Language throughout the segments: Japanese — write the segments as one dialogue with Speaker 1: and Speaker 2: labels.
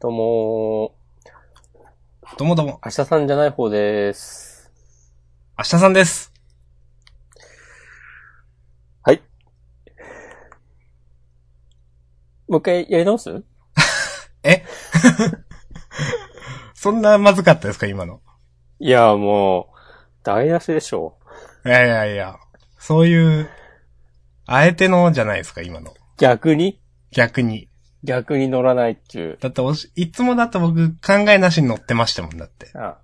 Speaker 1: どうも
Speaker 2: どうもどう
Speaker 1: ー、
Speaker 2: も、
Speaker 1: 明日さんじゃない方です。
Speaker 2: 明日さんです。
Speaker 1: もう一回やり直す
Speaker 2: そんなまずかったですか、今の。
Speaker 1: いや、もう、台無しでしょ
Speaker 2: いやいやいや、そういう、あえてのじゃないですか、今の。
Speaker 1: う。逆に
Speaker 2: 逆に。
Speaker 1: 逆に乗らないっていう。
Speaker 2: だっておし、いつもだって僕、考えなしに乗ってましたもんだって。
Speaker 1: あ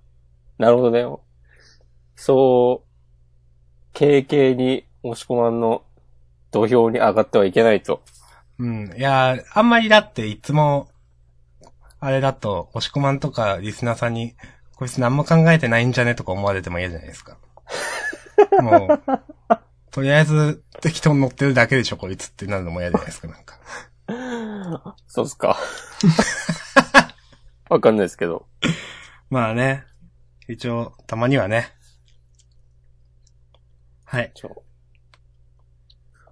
Speaker 1: なるほどね。そう、KK に押し込まんの土俵に上がってはいけないと。
Speaker 2: うん。いやー、あんまりだって、いつも、あれだと、押し込まんとかリスナーさんに、こいつ何も考えてないんじゃねとか思われても嫌じゃないですか。もう、とりあえず、適当に乗ってるだけでしょ、こいつってなるのも嫌じゃないですか、なんか。
Speaker 1: そうっす か。わかんないですけど。
Speaker 2: まあね。一応、たまにはね。はい。
Speaker 1: ちょ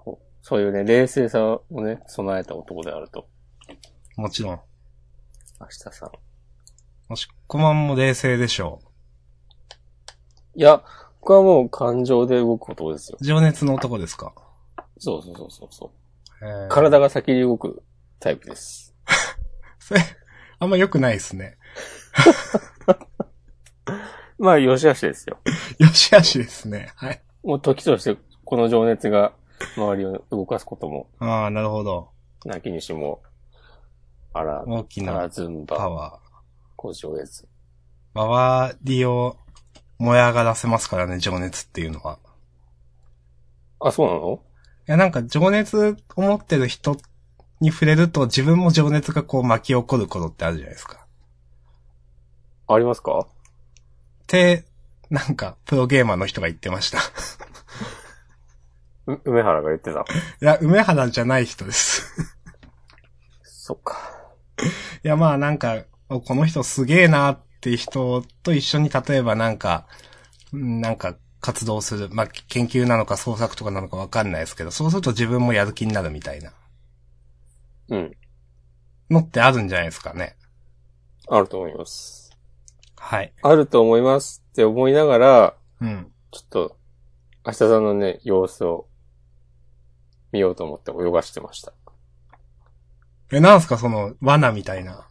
Speaker 1: そうそういうね、冷静さをね、備えた男であると。
Speaker 2: もちろん。
Speaker 1: 明日さん。
Speaker 2: もし、こまんも冷静でしょ
Speaker 1: いや、僕はもう感情で動くことですよ。
Speaker 2: う。情熱の男ですか。
Speaker 1: そうそうそうそうそう。
Speaker 2: えー、
Speaker 1: 体が先に動くタイプです。
Speaker 2: それ、 あんま良くないですね。
Speaker 1: まあ、よしあしですよ。
Speaker 2: よしあしですね。はい。
Speaker 1: もう時として、この情熱が周りを動かすことも、
Speaker 2: ああ、なるほど。
Speaker 1: なきにしも、あら、
Speaker 2: 大き
Speaker 1: あ
Speaker 2: な
Speaker 1: らずん
Speaker 2: パ
Speaker 1: ば、
Speaker 2: ワ
Speaker 1: こじょえず。
Speaker 2: ー。周りを燃え上がらせますからね、情熱っていうのは。
Speaker 1: あ、そうなの
Speaker 2: いや、なんか情熱を持ってる人に触れると自分も情熱がこう巻き起こることってあるじゃないですか。
Speaker 1: ありますか
Speaker 2: って、なんか、プロゲーマーの人が言ってました。
Speaker 1: う梅原が言ってた。
Speaker 2: いや、梅原じゃない人です。
Speaker 1: そっか。
Speaker 2: いや、まあなんか、おこの人すげえなって人と一緒に例えばなんか、うんなんか活動する。まあ研究なのか創作とかなのかわかんないですけど、そうすると自分もやる気になるみたいな
Speaker 1: うん。
Speaker 2: のってあるんじゃないですかね。
Speaker 1: あると思います。
Speaker 2: はい。
Speaker 1: あると思いますって思いながら、
Speaker 2: うん。
Speaker 1: ちょっと、明日さんのね、様子を見ようと思って泳がしてました。
Speaker 2: え、なんすかその罠みた いな。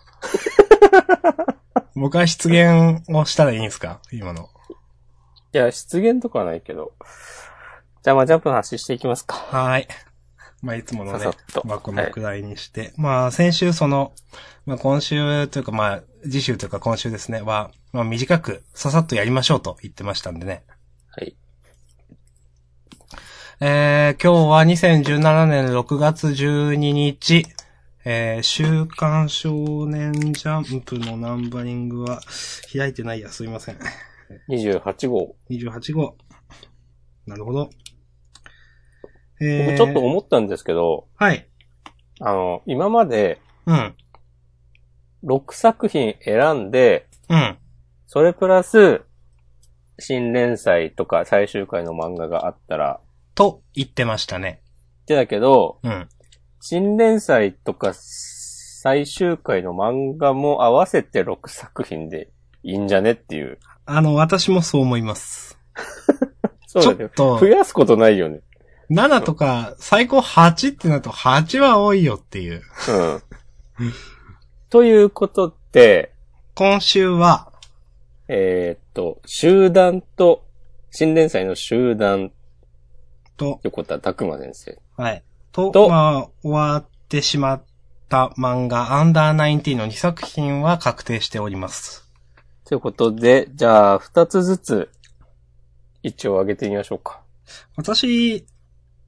Speaker 2: 僕は出現をしたらいいんですか今の。
Speaker 1: いや、失言とかはないけど。じゃあ、まあ、ジャンプの話していきますか。
Speaker 2: はーい。まあ、いつもの
Speaker 1: さ
Speaker 2: ね
Speaker 1: さっ、と。
Speaker 2: まあ、このくらいにして。まあ、先週その、まあ、今週というか、まあ、次週というか今週ですね、は、まあ、短く、ささっとやりましょうと言ってましたんでね。
Speaker 1: はい。
Speaker 2: えー、今日は2017年6月12日、えー、週刊少年ジャンプのナンバリングは、開いてないや、すいません。
Speaker 1: 28号。
Speaker 2: 28号。なるほど。
Speaker 1: 僕
Speaker 2: えー、
Speaker 1: ちょっと思ったんですけど、
Speaker 2: はい。
Speaker 1: あの、今まで
Speaker 2: うん。
Speaker 1: 6作品選んで、
Speaker 2: うん。
Speaker 1: それプラス、新連載とか最終回の漫画があったら、
Speaker 2: と言ってましたね。
Speaker 1: ってだけど、
Speaker 2: うん。
Speaker 1: 新連載とか最終回の漫画も合わせて6作品でいいんじゃねっていう。
Speaker 2: あの、私もそう思います。
Speaker 1: そう
Speaker 2: ちょ
Speaker 1: だね。
Speaker 2: っと
Speaker 1: 増、やすことないよね。
Speaker 2: 7とか、最高8ってなると、8は多いよっていう。
Speaker 1: うん。ということで、
Speaker 2: 今週は、
Speaker 1: えーっと、集団と、新連載の集団、
Speaker 2: と、
Speaker 1: 横田拓馬先生。
Speaker 2: はい。と、
Speaker 1: と
Speaker 2: まあ、終わってしまった漫画、アンダーナインティの2作品は確定しております。
Speaker 1: ということで、じゃあ、二つずつ、一応上げてみましょうか。
Speaker 2: 私、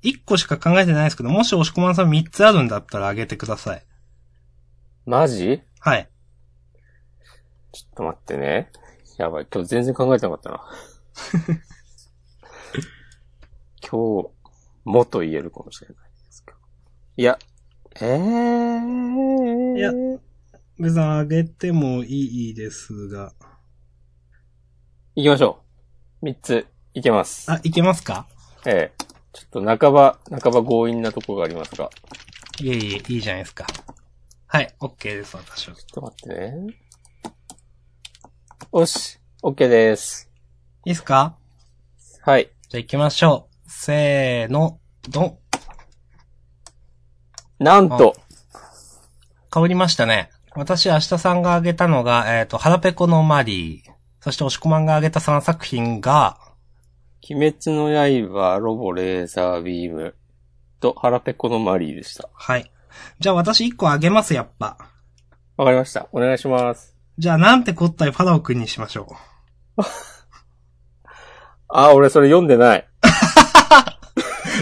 Speaker 2: 1個しか考えてないですけど、もし押し込まんさん3つあるんだったらあげてください。
Speaker 1: マジ
Speaker 2: はい。
Speaker 1: ちょっと待ってね。やばい、今日全然考えてなかったな。今日、もと言えるかもしれないですけど。いや、えー。
Speaker 2: いや別にあげてもいいですが。
Speaker 1: 行きましょう。三つ、いけます。
Speaker 2: あ、いけますか
Speaker 1: ええちょっと半ば、半ば強引なとこがありますが。
Speaker 2: いえいえ、いいじゃないですか。はい、OK です、私は。
Speaker 1: ちょっと待ってね。よし、OK です。
Speaker 2: いいっすか
Speaker 1: はい。
Speaker 2: じゃあ行きましょう。せーの、ドン。
Speaker 1: なんと、
Speaker 2: 変わりましたね。私、明日さんが挙げたのが、えっ、と、腹ペコのマリー。そして、押し込まんが挙げた3作品が、
Speaker 1: 鬼滅の刃、ロボ、レーザービームと腹ペコのマリーでした。
Speaker 2: はい。じゃあ私1個挙げます、やっぱ。
Speaker 1: わかりました。お願いします。
Speaker 2: じゃあ、なんてこったいファラオくんにしましょう。
Speaker 1: あ、俺それ読んでない。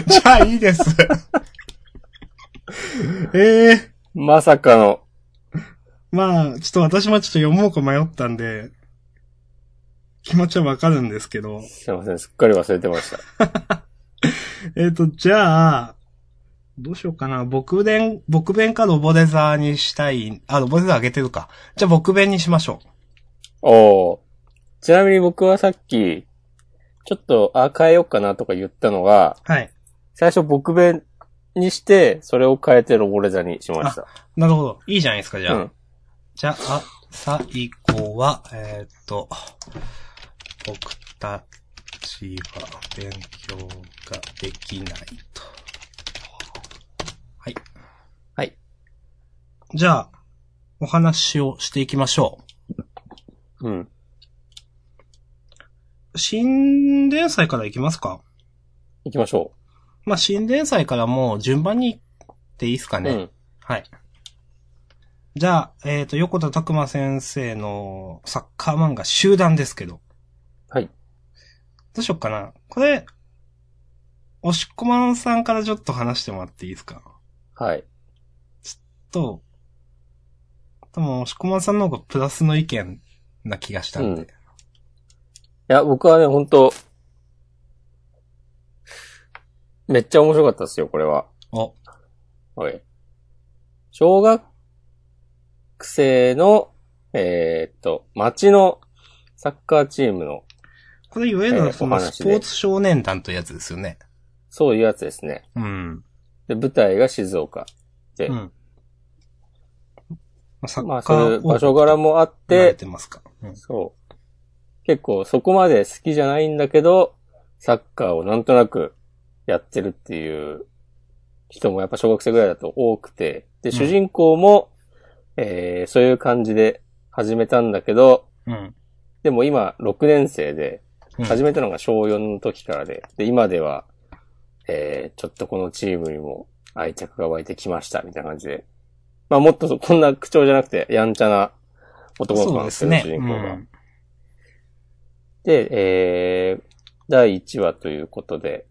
Speaker 2: じゃあ、いいです。ええ
Speaker 1: まさかの。
Speaker 2: まあ、ちょっと私もちょっと読もうか迷ったんで、気持ちはわかるんですけど。
Speaker 1: すいません、すっかり忘れてました。
Speaker 2: えっ、と、じゃあ、どうしようかな。僕弁、僕弁かロボデザーにしたい。あ、ロボデザーあげてるか。じゃあ僕弁にしましょう。
Speaker 1: おーちなみに僕はさっき、ちょっと、あ、変えようかなとか言ったのが、
Speaker 2: はい。
Speaker 1: 最初僕弁にして、それを変えてロボレザにしました。
Speaker 2: なるほど。いいじゃないですか、じゃあ。
Speaker 1: うん。
Speaker 2: じゃあ、最後は、えーっと、僕たちは勉強ができないと。はい。
Speaker 1: はい。
Speaker 2: じゃあ、お話をしていきましょう。
Speaker 1: うん。
Speaker 2: 新連載から行きますか
Speaker 1: 行きましょ
Speaker 2: まあ、新連載からもう順番に行っていいですか
Speaker 1: う。
Speaker 2: ね。
Speaker 1: うん。
Speaker 2: はい。じゃあ、えっ、と、横田拓馬先生のサッカー漫画集団ですけど。
Speaker 1: はい。
Speaker 2: どうしよっかな。これ、押し込まんさんからちょっと話してもらっていいですか
Speaker 1: はい。
Speaker 2: と、多分押し込まんさんの方がプラスの意見な気がしたんで。
Speaker 1: うんいや、僕はね、ほんと、めっちゃ面白かったですよ、これは。
Speaker 2: お、
Speaker 1: はい。小学生の、えーっと、町のサッカーチームの、
Speaker 2: これいわゆ
Speaker 1: えー
Speaker 2: るそ
Speaker 1: お
Speaker 2: の
Speaker 1: 話
Speaker 2: ス
Speaker 1: で
Speaker 2: ポーツ少年団というやつですよね。
Speaker 1: そういうやつですね。
Speaker 2: うん。
Speaker 1: で、舞台が静岡。で
Speaker 2: うん。まあ、サ
Speaker 1: まあ、
Speaker 2: ッカ
Speaker 1: そうい
Speaker 2: ー
Speaker 1: う場所柄もあっ
Speaker 2: で、
Speaker 1: て、
Speaker 2: てますか。うん
Speaker 1: そう。結構そこまで好きじゃないんだけど、サッカーをなんとなくやってるっていう人もやっぱ小学生ぐらいだと多くて、で、
Speaker 2: ん
Speaker 1: 主人公も、えー、そういう感じで始めたんだけど、
Speaker 2: うん。
Speaker 1: でも今6年生で、
Speaker 2: うん
Speaker 1: 始めたのが小4の時からで、で、今では、えー、ちょっとこのチームにも愛着が湧いてきました、みたいな感じで。まあもっとそこんな口調じゃなくて、やんちゃな男の子なんですけど、主人公が。で、えー、第1話ということで、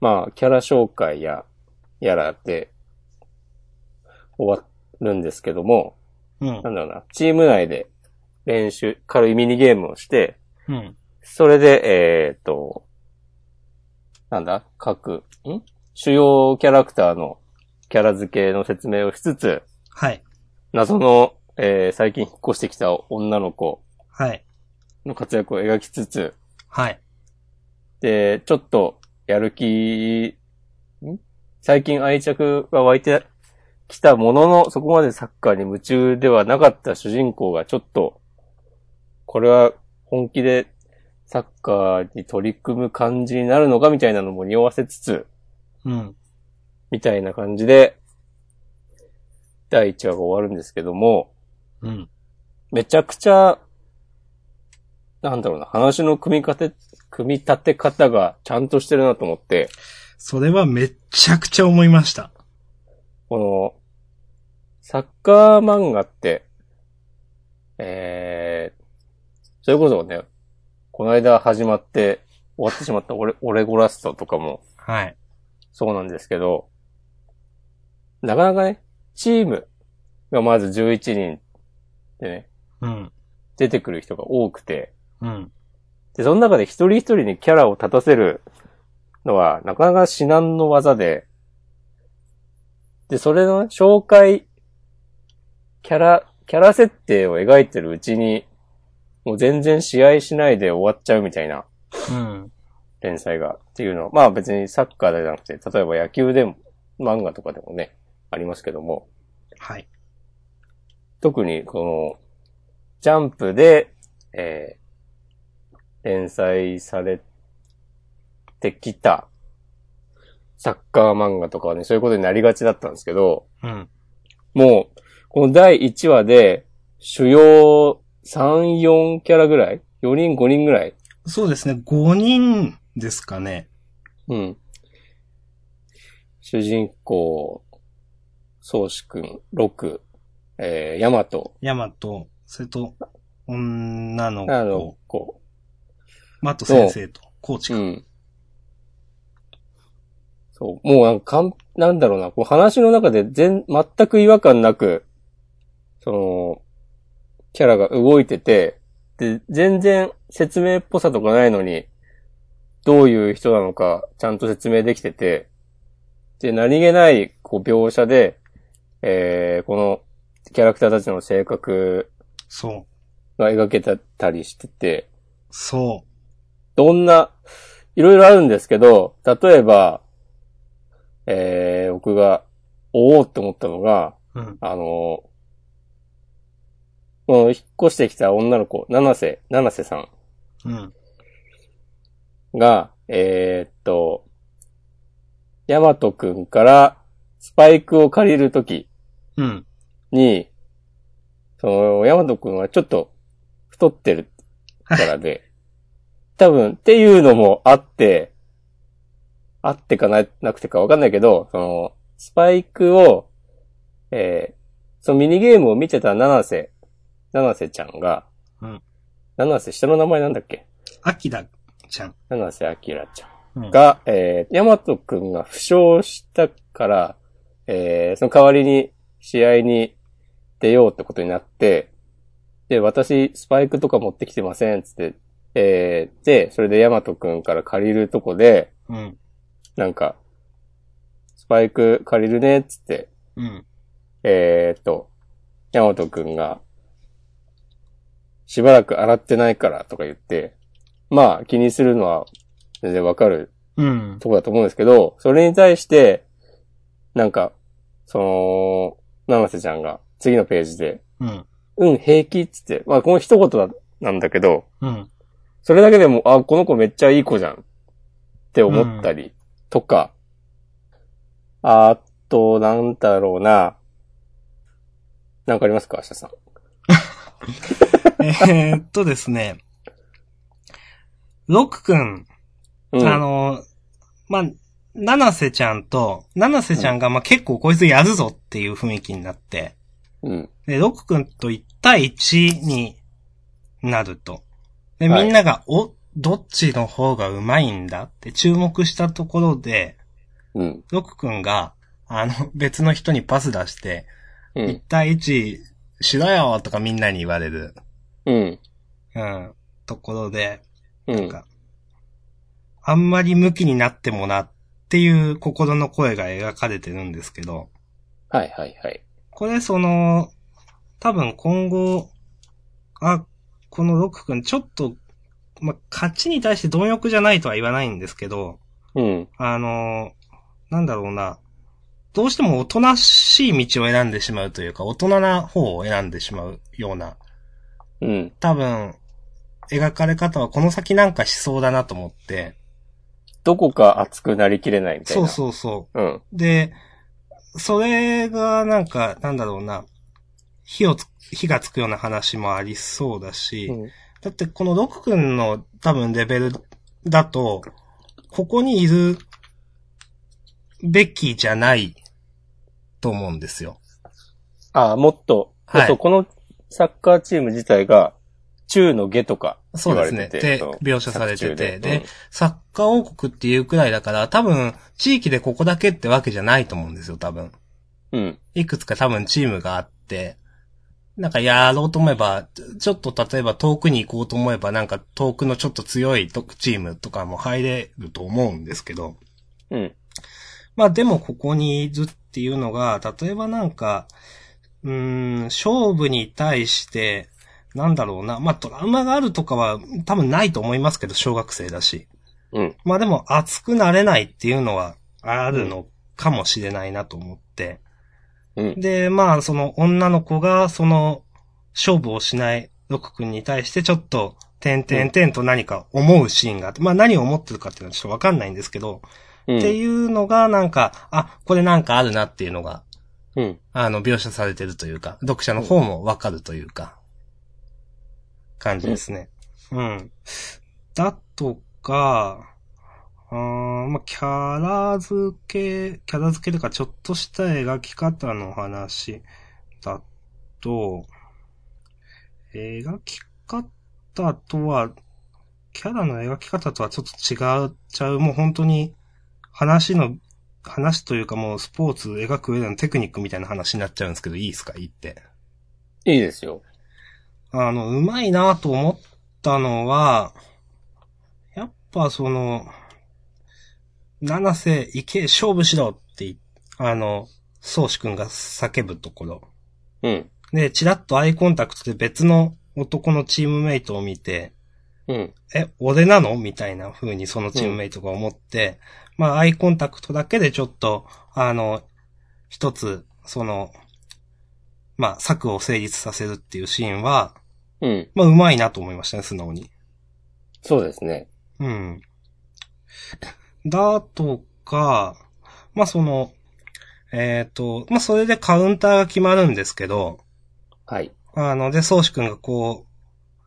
Speaker 1: まあ、キャラ紹介や、やらで、終わるんですけども、
Speaker 2: うん。うん
Speaker 1: なんだろうな、チーム内で練習、軽いミニゲームをして、
Speaker 2: うん。
Speaker 1: それで、えー、と、なんだ、各、ん主要キャラクターのキャラ付けの説明をしつつ、
Speaker 2: はい。
Speaker 1: 謎の、えー最近引っ越してきた女の子
Speaker 2: はい。
Speaker 1: の活躍を描きつつ、
Speaker 2: はい。
Speaker 1: で、ちょっと、やる気、ん最近愛着が湧いてきたものの、そこまでサッカーに夢中ではなかった主人公がちょっと、これは本気でサッカーに取り組む感じになるのかみたいなのも匂わせつつ、
Speaker 2: うん。
Speaker 1: みたいな感じで、第1話が終わるんですけども、
Speaker 2: うん。
Speaker 1: めちゃくちゃ、なんだろうな、話の組み立て、組み立て方がちゃんとしてるなと思って、
Speaker 2: それはめっちゃくちゃ思いました。
Speaker 1: この、サッカー漫画って、えー、それこそね、この間始まって終わってしまったオレオレゴラストとかも
Speaker 2: はい。
Speaker 1: そうなんですけど、なかなかね、チームがまず11人でね、
Speaker 2: うん。
Speaker 1: 出てくる人が多くて、
Speaker 2: うん。
Speaker 1: で、その中で一人一人にキャラを立たせるのは、なかなか至難の技で、で、それの紹介、キャラ、キャラ設定を描いてるうちに、もう全然試合しないで終わっちゃうみたいな
Speaker 2: うん。
Speaker 1: 連載がっていうのは、まあ別にサッカーだけじゃなくて、例えば野球でも、漫画とかでもね、ありますけども、
Speaker 2: はい。
Speaker 1: 特にこの、ジャンプで、えー連載されてきたサッカー漫画とかはね、そういうことになりがちだったんですけど、
Speaker 2: うん。
Speaker 1: もう、この第1話で、主要3、4キャラぐらい ?4 人、5人ぐらい
Speaker 2: そうですね。5人ですかね。
Speaker 1: うん。主人公、宗志くん、六、えー、ヤマト、
Speaker 2: ヤマト、それと、女の
Speaker 1: あ
Speaker 2: 子
Speaker 1: の、、こ
Speaker 2: マット先生と、コーチ
Speaker 1: う、
Speaker 2: く。
Speaker 1: うんん。そう、もうなんかん、なんだろうな、こう話の中で全、全く違和感なく、その、キャラが動いてて、で、全然説明っぽさとかないのに、どういう人なのか、ちゃんと説明できてて、で、何気ない、こう、描写で、えー、この、キャラクターたちの性格
Speaker 2: そう。
Speaker 1: が描けたりしてて、
Speaker 2: そ
Speaker 1: どんな、いろいろあるんですけど、例えば、えー、僕が、おおって思ったのが、
Speaker 2: う。うん。
Speaker 1: あのこの引っ越してきた女の子、七瀬、七瀬さん
Speaker 2: うん。
Speaker 1: が、えーっと、ヤマトくんからスパイクを借りるとき
Speaker 2: うん。
Speaker 1: に、その、ヤマトくんはちょっと太ってるからで、多分っていうのもあって、あってかな、なくてかわかんないけど、その、スパイクを、えーそのミニゲームを見てた七瀬、七瀬ちゃんが、
Speaker 2: うん
Speaker 1: 七瀬、下の名前なんだっけ
Speaker 2: アキラちゃん。
Speaker 1: 七瀬明ちゃん。
Speaker 2: うん。
Speaker 1: が、えー、ヤマトくんが負傷したから、えー、その代わりに試合に出ようってことになって、で、私、スパイクとか持ってきてません、つって、えー、で、それでヤマトくんから借りるとこで、
Speaker 2: うん。
Speaker 1: なんか、スパイク借りるね、つって、
Speaker 2: うん。
Speaker 1: えー、っと、ヤマトくんが、しばらく洗ってないからとか言って、まあ気にするのは全然わかる
Speaker 2: うん。
Speaker 1: とこだと思うんですけど、それに対して、なんか、その、七瀬ちゃんが次のページで、
Speaker 2: うん。
Speaker 1: うん、平気っつって、まあこの一言なんだけど、
Speaker 2: うん。
Speaker 1: それだけでも、あ、この子めっちゃいい子じゃんって思ったりとか、あと、なんだろうな、なんかありますか、明日さん。
Speaker 2: えーっとですね。ロックくん、
Speaker 1: うん、
Speaker 2: あの、まあ、七瀬ちゃんと、七瀬ちゃんが、まあ、結構こいつやるぞっていう雰囲気になって、
Speaker 1: うん、
Speaker 2: で、ロックくんと1対1になると。で、
Speaker 1: はい
Speaker 2: みんなが、お、どっちの方がうまいんだって注目したところで、
Speaker 1: うん、
Speaker 2: ロックくんが、あの、別の人にパス出して、
Speaker 1: う
Speaker 2: 1
Speaker 1: ん、
Speaker 2: 対1しろよとかみんなに言われる、
Speaker 1: うん、
Speaker 2: うん、ところで、
Speaker 1: う
Speaker 2: なん
Speaker 1: ん、
Speaker 2: か、あんまり向きになってもなっていう心の声が描かれてるんですけど、
Speaker 1: はいはいはい。
Speaker 2: これその、多分今後、あ、このロック君ちょっと、ま、勝ちに対して貪欲じゃないとは言わないんですけど、
Speaker 1: うん、
Speaker 2: あの、なんだろうな、どうしてもおとなしい道を選んでしまうというか、大人な方を選んでしまうような、
Speaker 1: うん、
Speaker 2: 多分、描かれ方はこの先なんかしそうだなと思って、
Speaker 1: どこか熱くなりきれないみたい
Speaker 2: そう
Speaker 1: な。
Speaker 2: そうそう。
Speaker 1: う。うん、
Speaker 2: で、それがなんか、なんだろうな、火をつ、火がつくような話もありそうだし、
Speaker 1: うん、
Speaker 2: だってこのロク君の多分レベルだと、ここにいるべきじゃないと思うんですよ。
Speaker 1: あ、もっと、
Speaker 2: はい
Speaker 1: そう、このサッカーチーム自体が、中の下とか
Speaker 2: そ
Speaker 1: 言
Speaker 2: う
Speaker 1: わ
Speaker 2: で
Speaker 1: れ
Speaker 2: す
Speaker 1: て
Speaker 2: ね。
Speaker 1: て。
Speaker 2: で
Speaker 1: その、
Speaker 2: 描写されて
Speaker 1: 作中
Speaker 2: て。で、サッカー王国っていうくらいだから、多分、地域でここだけってわけじゃないと思うんですよ、多分。
Speaker 1: うん、うん、
Speaker 2: いくつか多分チームがあって、なんかやろうと思えば、ちょっと例えば遠くに行こうと思えば、なんか遠くのちょっと強いとチームとかも入れると思うんですけど、
Speaker 1: うん、
Speaker 2: まあでもここにいるっていうのが、例えばなんか、うーん、勝負に対して、なんだろうな、まあトラウマがあるとかは多分ないと思いますけど、小学生だし。
Speaker 1: うん、
Speaker 2: まあでも熱くなれないっていうのはあるのかもしれないなと思って、
Speaker 1: うん。
Speaker 2: で、まあ、その女の子が、その、勝負をしないロク君に対して、ちょっと、点々点と何か思うシーンがあって、まあ何を思ってるかっていうのはちょっとわかんないんですけど、
Speaker 1: うん
Speaker 2: っていうのがなんか、あ、これなんかあるなっていうのが、
Speaker 1: うん。
Speaker 2: あの、描写されてるというか、読者の方もわかるというか、感じですね。うん。だとか、うーん、まあ、キャラ付け、キャラ付けというか、ちょっとした描き方の話だと、描き方とは、キャラの描き方とはちょっと違っちゃう、もう本当に、話の話というかもうスポーツ描く上でのテクニックみたいな話になっちゃうんですけど、いいですかいいって。
Speaker 1: いいですよ。
Speaker 2: あの、うまいなと思ったのは、やっぱその、七瀬行け勝負しろってい、あの、宗志くんが叫ぶところ。
Speaker 1: うん。
Speaker 2: で、チラッとアイコンタクトで別の男のチームメイトを見て、
Speaker 1: うん。
Speaker 2: え、俺なのみたいな風にそのチームメイトが思って、まあ、アイコンタクトだけでちょっと、あの、一つ、その、まあ、策を成立させるっていうシーンは、
Speaker 1: うん。
Speaker 2: まあ、うまいなと思いましたね、素直に。
Speaker 1: そうですね。
Speaker 2: うん。だとか、まあ、その、えっ、と、まあ、それでカウンターが決まるんですけど、
Speaker 1: はい。
Speaker 2: あの、で、宗主くんがこ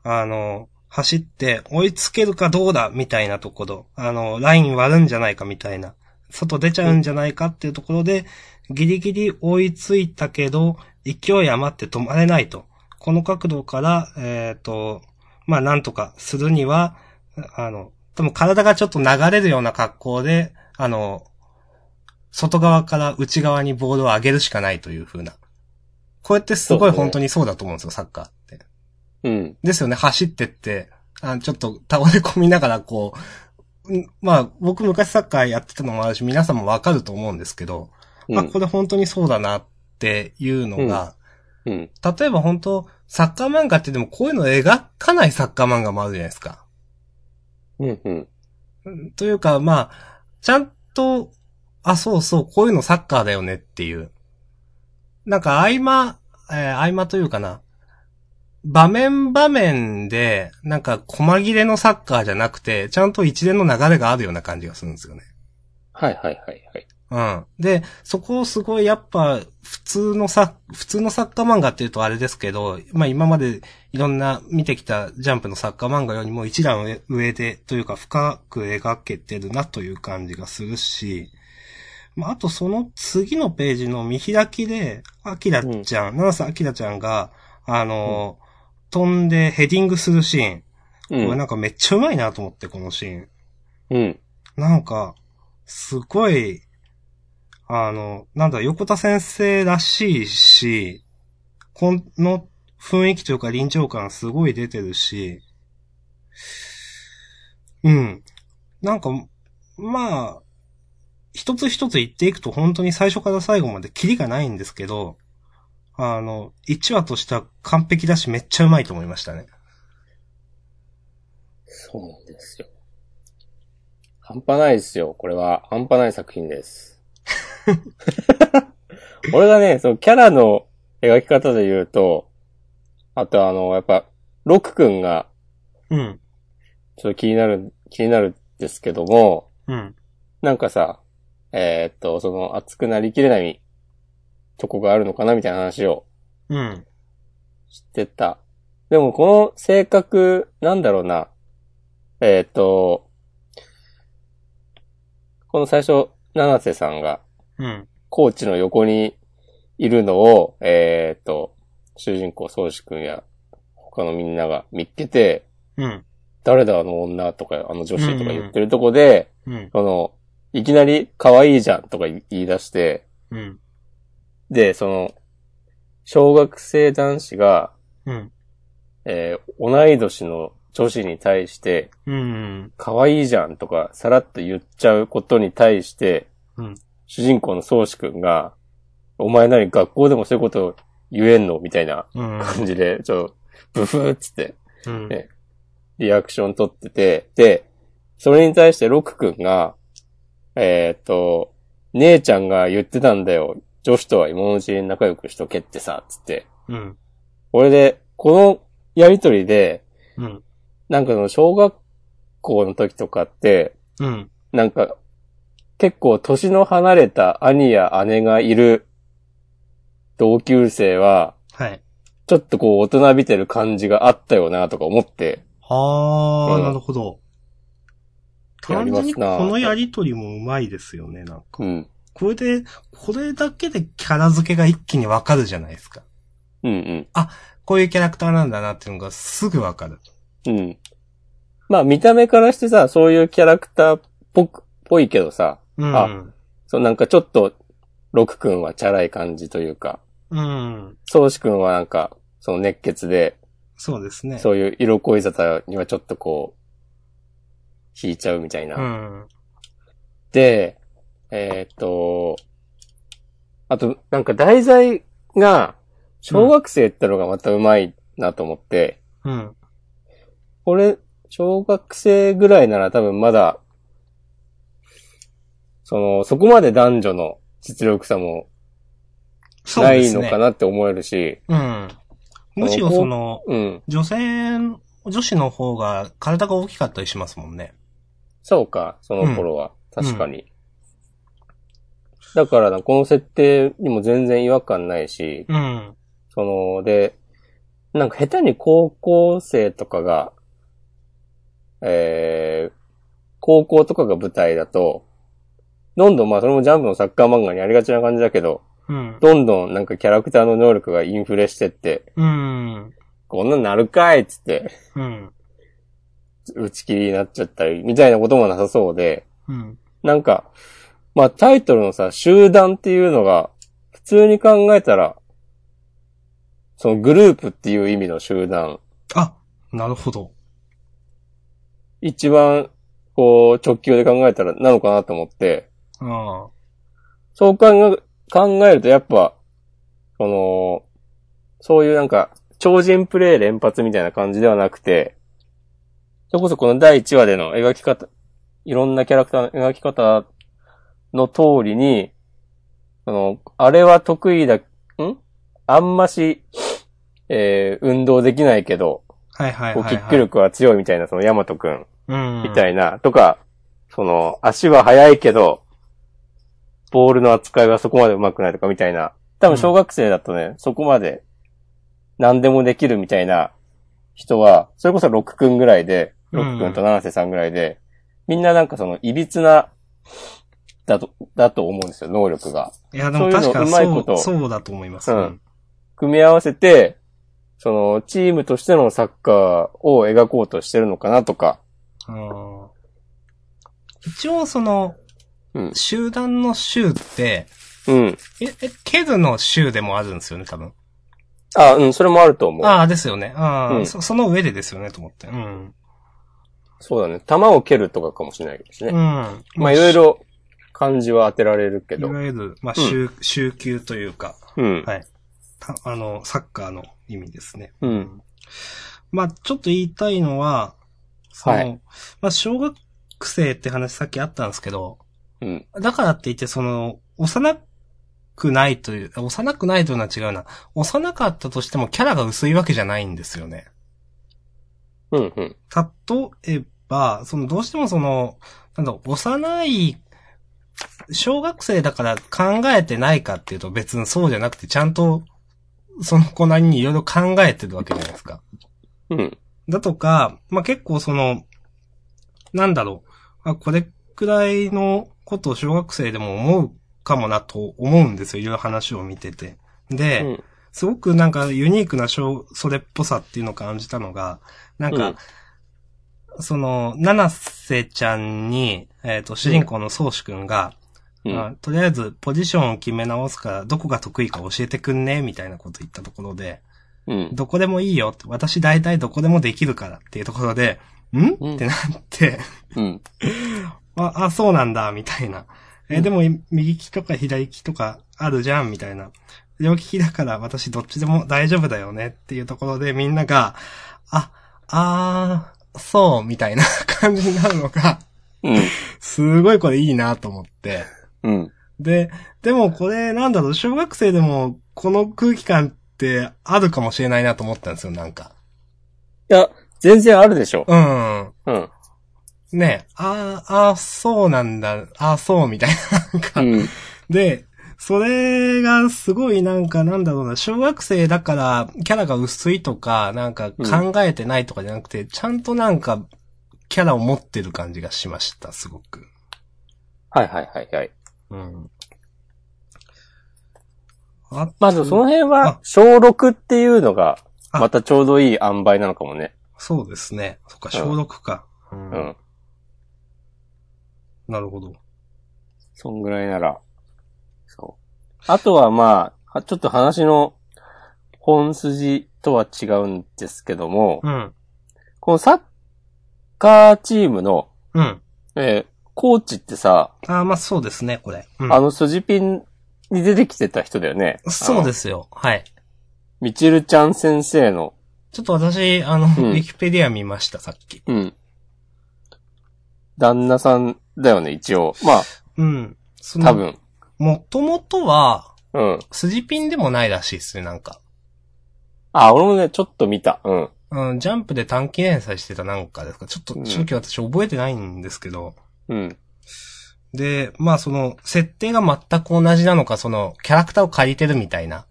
Speaker 2: う、あの、走って追いつけるかどうだみたいなところ、あの、ライン割るんじゃないかみたいな、外出ちゃうんじゃないかっていうところで、ギリギリ追いついたけど、勢い余って止まれないと。この角度から、えっ、と、まあ、なんとかするには、あの、多分体がちょっと流れるような格好で、あの、外側から内側にボールを上げるしかないという風な。こうやってすごい本当にそうだと思うんですよ、サッカーって。
Speaker 1: うん。
Speaker 2: ですよね、走ってって、あちょっと倒れ込みながらこう、んまあ、僕昔サッカーやってたのもあるし、皆さんもわかると思うんですけど、
Speaker 1: う
Speaker 2: あ、
Speaker 1: ん
Speaker 2: こ。れ本当にそうだなっていうのが、
Speaker 1: うん。
Speaker 2: 例えば本当、サッカー漫画ってでもこういうの描かないサッカー漫画もあるじゃないですか。
Speaker 1: うん。うん。
Speaker 2: というか、まあ、ちゃんと、あ、そうそう、こういうのサッカーだよねっていう。なんか合間、えー合間というかな。場面場面で、なんか、細切れのサッカーじゃなくて、ちゃんと一連の流れがあるような感じがするんですよね。
Speaker 1: はいはいはいはい。
Speaker 2: うん。で、そこをすごいやっぱ、普通のさ、普通のサッカー漫画っていうとあれですけど、まあ今までいろんな見てきたジャンプのサッカー漫画よりも一段上上で、というか深く描けてるなという感じがするし、まああとその次のページの見開きで、アキラちゃん、七瀬アキラちゃんが、あの、飛んでヘディングするシーン。
Speaker 1: う
Speaker 2: これ
Speaker 1: ん
Speaker 2: な。んかめっちゃうまいなと思って、このシーン。
Speaker 1: うん。
Speaker 2: なんか、すごい、あの、なんだ、横田先生らしいし、この雰囲気というか臨場感すごい出てるし、うん。なんか、まあ、一つ一つ言っていくと本当に最初から最後までキリがないんですけど、あの、1話としては完璧だしめっちゃうまいと思いましたね。
Speaker 1: そうなんですよ。半端ないですよ。これは半端ない作品です。俺がね、そのキャラの描き方で言うと、あとあの、やっぱ、ロクくんが
Speaker 2: うん。
Speaker 1: ちょっと気になる、気になるんですけども、
Speaker 2: うん。
Speaker 1: なんかさ、えーっと、その熱くなりきれないとこがあるのかなみたいな話を
Speaker 2: うん。
Speaker 1: してた。でもこの性格、なんだろうな。えっ、と、この最初、七瀬さんが
Speaker 2: うん。
Speaker 1: コーチの横にいるのを、えっ、と、主人公、宗志くんや他のみんなが見っけて、
Speaker 2: うん。
Speaker 1: 誰だあの女とか、あの女子とか言ってるとこで、
Speaker 2: うん。
Speaker 1: その、いきなり可愛いじゃんとか言い出して、
Speaker 2: うん。
Speaker 1: で、その、小学生男子が、
Speaker 2: うん。
Speaker 1: えー同い年の女子に対して、
Speaker 2: うん。
Speaker 1: 可愛いじゃんとか、さらっと言っちゃうことに対して、
Speaker 2: うん
Speaker 1: 主人公の宗志くんが、お前何学校でもそういうこと言えんのみたいな
Speaker 2: うん。
Speaker 1: 感じで、ちょっと、ブフーっつって、
Speaker 2: うん
Speaker 1: ねリアクション取ってて、で、それに対してロクくんが、えーっと、姉ちゃんが言ってたんだよ。女子とは今のうちに仲良くしとけってさ、つって。
Speaker 2: うん。
Speaker 1: これで、このやりとりで、
Speaker 2: うん。
Speaker 1: なんかその小学校の時とかって、
Speaker 2: うん。
Speaker 1: なんか、結構年の離れた兄や姉がいる同級生は、
Speaker 2: はい。
Speaker 1: ちょっとこう大人びてる感じがあったよなとか思って、
Speaker 2: あ
Speaker 1: うん
Speaker 2: ー、なるほど。
Speaker 1: や
Speaker 2: 単
Speaker 1: ります
Speaker 2: 純
Speaker 1: な
Speaker 2: にこのやりとりもうまいですよね、なん
Speaker 1: う
Speaker 2: か。
Speaker 1: ん。
Speaker 2: これで、これだけでキャラ付けが一気にわかるじゃないですか。
Speaker 1: うん
Speaker 2: こういうキャラクターなんだなっていうのがすぐわかる。
Speaker 1: うん。うん。まあ見た目からしてさ、そういうキャラクターっぽく、ぽいけどさ、
Speaker 2: うん。
Speaker 1: あそうなんかちょっと、ロク君はチャラい感じというか、
Speaker 2: うん。
Speaker 1: 宗志君はなんか、その熱血で、
Speaker 2: そうですね。
Speaker 1: そういう色恋沙汰にはちょっとこう、引いちゃうみたいな。
Speaker 2: うん。
Speaker 1: で、えーっと、あと、なんか題材が、小学生ってのがまたうまいなと思って、
Speaker 2: うん。
Speaker 1: これ、小学生ぐらいなら多分まだ、その、そこまで男女の実力差も
Speaker 2: そう
Speaker 1: な
Speaker 2: で
Speaker 1: い
Speaker 2: す
Speaker 1: の
Speaker 2: ね。
Speaker 1: かなって思えるし、
Speaker 2: うん。むしろその、
Speaker 1: うん。
Speaker 2: 女性、女子の方が体が大きかったりしますもんね。
Speaker 1: そうか、その頃は。
Speaker 2: うん
Speaker 1: 確かに。だからな、この設定にも全然違和感ないし、
Speaker 2: うん。
Speaker 1: その、で、なんか下手に高校生とかが、えー、高校とかが舞台だと、どんどんまあそれもジャンプのサッカー漫画にありがちな感じだけど、
Speaker 2: うん。
Speaker 1: どんどんなんかキャラクターの能力がインフレしてって、
Speaker 2: うん。
Speaker 1: こんなんなるかいっつって、
Speaker 2: うん。
Speaker 1: 打ち切りになっちゃったり、みたいなこともなさそうで、
Speaker 2: うん。
Speaker 1: なんか、まあタイトルのさ、集団っていうのが、普通に考えたら、そのグループっていう意味の集団、
Speaker 2: あ、なるほど。
Speaker 1: 一番、こう、直球で考えたらなのかなと思って、
Speaker 2: あ
Speaker 1: そう考え、考えるとやっぱ、その、そういうなんか、超人プレイ連発みたいな感じではなくて、それこそこの第1話での描き方、いろんなキャラクターの描き方の通りに、その、あれは得意だ、んあんまし、えー、運動できないけど、
Speaker 2: あ。はいはい
Speaker 1: こ
Speaker 2: は
Speaker 1: う
Speaker 2: い、はい。
Speaker 1: キック力は強いみたいな、そのヤマトくん。
Speaker 2: うん。
Speaker 1: みたいな、とか、その、足は速いけど、ボールの扱いはそこまで上手くないとかみたいな。多分小学生だとね、そこまで何でもできるみたいな人は、それこそロックくんぐらいで、ロックくんと七瀬さんぐらいで、みんななんかその、いびつな、だと、だと思うんですよ、能力が。
Speaker 2: いや、でも
Speaker 1: そういうの
Speaker 2: 確かに
Speaker 1: うまい
Speaker 2: そ
Speaker 1: こと
Speaker 2: う、そうだと思います。
Speaker 1: うん組み合わせて、その、チームとしてのサッカーを描こうとしてるのかなとか。
Speaker 2: うん一応その、
Speaker 1: うん
Speaker 2: 集団の集って、
Speaker 1: うん。
Speaker 2: え、え、ケルの集でもあるんですよね、多分。
Speaker 1: あ、うん、それもあると思う。
Speaker 2: ああ、ですよね。ああ、
Speaker 1: うん
Speaker 2: そ、その上でですよね、と思って。うん。
Speaker 1: そうだね。弾を蹴るとかかもしれないです
Speaker 2: うん。
Speaker 1: ね。まあいろい。ろ漢字は当てられるけ
Speaker 2: い
Speaker 1: ど。
Speaker 2: わゆる、まあ、
Speaker 1: うん
Speaker 2: 週、週休というか、
Speaker 1: うん。
Speaker 2: はい。たあの、サッカーの意味ですね。
Speaker 1: うん。
Speaker 2: まあ、ちょっと言いたいのは、その、
Speaker 1: はい
Speaker 2: まあ、小学生って話さっきあったんですけど、
Speaker 1: うん。
Speaker 2: だからって言って、その、幼くないという、幼くないというのは違うな。幼かったとしてもキャラが薄いわけじゃないんですよね。
Speaker 1: うん。うん。
Speaker 2: 例えば、その、どうしてもその、なんだろう、幼い、小学生だから考えてないかっていうと別にそうじゃなくて、ちゃんと、その子なりにいろいろ考えてるわけじゃないですか。
Speaker 1: うん。
Speaker 2: だとか、まあ、結構その、なんだろう。あ、これくらいのことを小学生でも思うかもなと思うんですよ。いろいろ話を見てて。で、
Speaker 1: うん
Speaker 2: すごくなんかユニークな小、それっぽさっていうのを感じたのが、なんか、その、七瀬ちゃんに、えっ、と、主人公の宗主くんが、
Speaker 1: うん。
Speaker 2: まあとりあえずポジションを決め直すから、どこが得意か教えてくんねみたいなこと言ったところで、
Speaker 1: うん。
Speaker 2: どこでもいいよって、私大体どこでもできるからっていうところで、ん
Speaker 1: うん
Speaker 2: ってなって、
Speaker 1: うん。
Speaker 2: あ、あ、そうなんだ、みたいな。え、
Speaker 1: うん
Speaker 2: でも、い右利きとか左利きとかあるじゃん、みたいな。両利きだから私どっちでも大丈夫だよねっていうところでみんなが、あ、あー、そう、みたいな 感じになるのが、
Speaker 1: うん。
Speaker 2: すごいこれいいなと思って。
Speaker 1: うん。
Speaker 2: で、でもこれ、なんだろう、小学生でも、この空気感ってあるかもしれないなと思ったんですよ、なんか。
Speaker 1: いや、全然あるでしょ。
Speaker 2: うん。
Speaker 1: うん。
Speaker 2: ねえ、ああ、ああ、そうなんだ、ああ、そう、みたいな、なんか。
Speaker 1: うん。
Speaker 2: で、それがすごいなんかなんだろうな、小学生だからキャラが薄いとか、なんか考えてないとかじゃなくて、ちゃんとなんかキャラを持ってる感じがしました、すごく。
Speaker 1: はいはいはいはい。
Speaker 2: うん。あ、
Speaker 1: まあでもその辺
Speaker 2: あ
Speaker 1: は、小6っていうのが、
Speaker 2: あ
Speaker 1: またちょうどいい塩梅なのかもね。
Speaker 2: そうですね。そっか、小6か。う。
Speaker 1: うんん。
Speaker 2: なるほど。
Speaker 1: そんぐらいなら。そう。あとはまあ、はちょっと話の本筋とは違うんですけども、
Speaker 2: うん。
Speaker 1: このサッカーチームの、
Speaker 2: うん。
Speaker 1: えーコーチってさ、
Speaker 2: あまあそうですね、これ。うん
Speaker 1: あの筋ピンに出てきてた人だよね。。
Speaker 2: そうですすよ。はい。
Speaker 1: みちるちゃん先生の、
Speaker 2: ちょっと私、あの、ウ
Speaker 1: ん
Speaker 2: ィキペディア見ました、さっき。
Speaker 1: うん。旦那さんだよね、一応。まあ、
Speaker 2: うん。その
Speaker 1: 多分。
Speaker 2: もともとは、
Speaker 1: うん。
Speaker 2: 筋ピンでもないらしいっすね、なんか。
Speaker 1: あ、俺もね、ちょっと見た。うん。
Speaker 2: うん、ジャンプで短期連載してたなんかですか。ちょっと
Speaker 1: うん
Speaker 2: 正直私覚えてないんですけど。
Speaker 1: うん。
Speaker 2: で、まあその、設定が全く同じなのか、その、キャラクターを借りてるみたいな、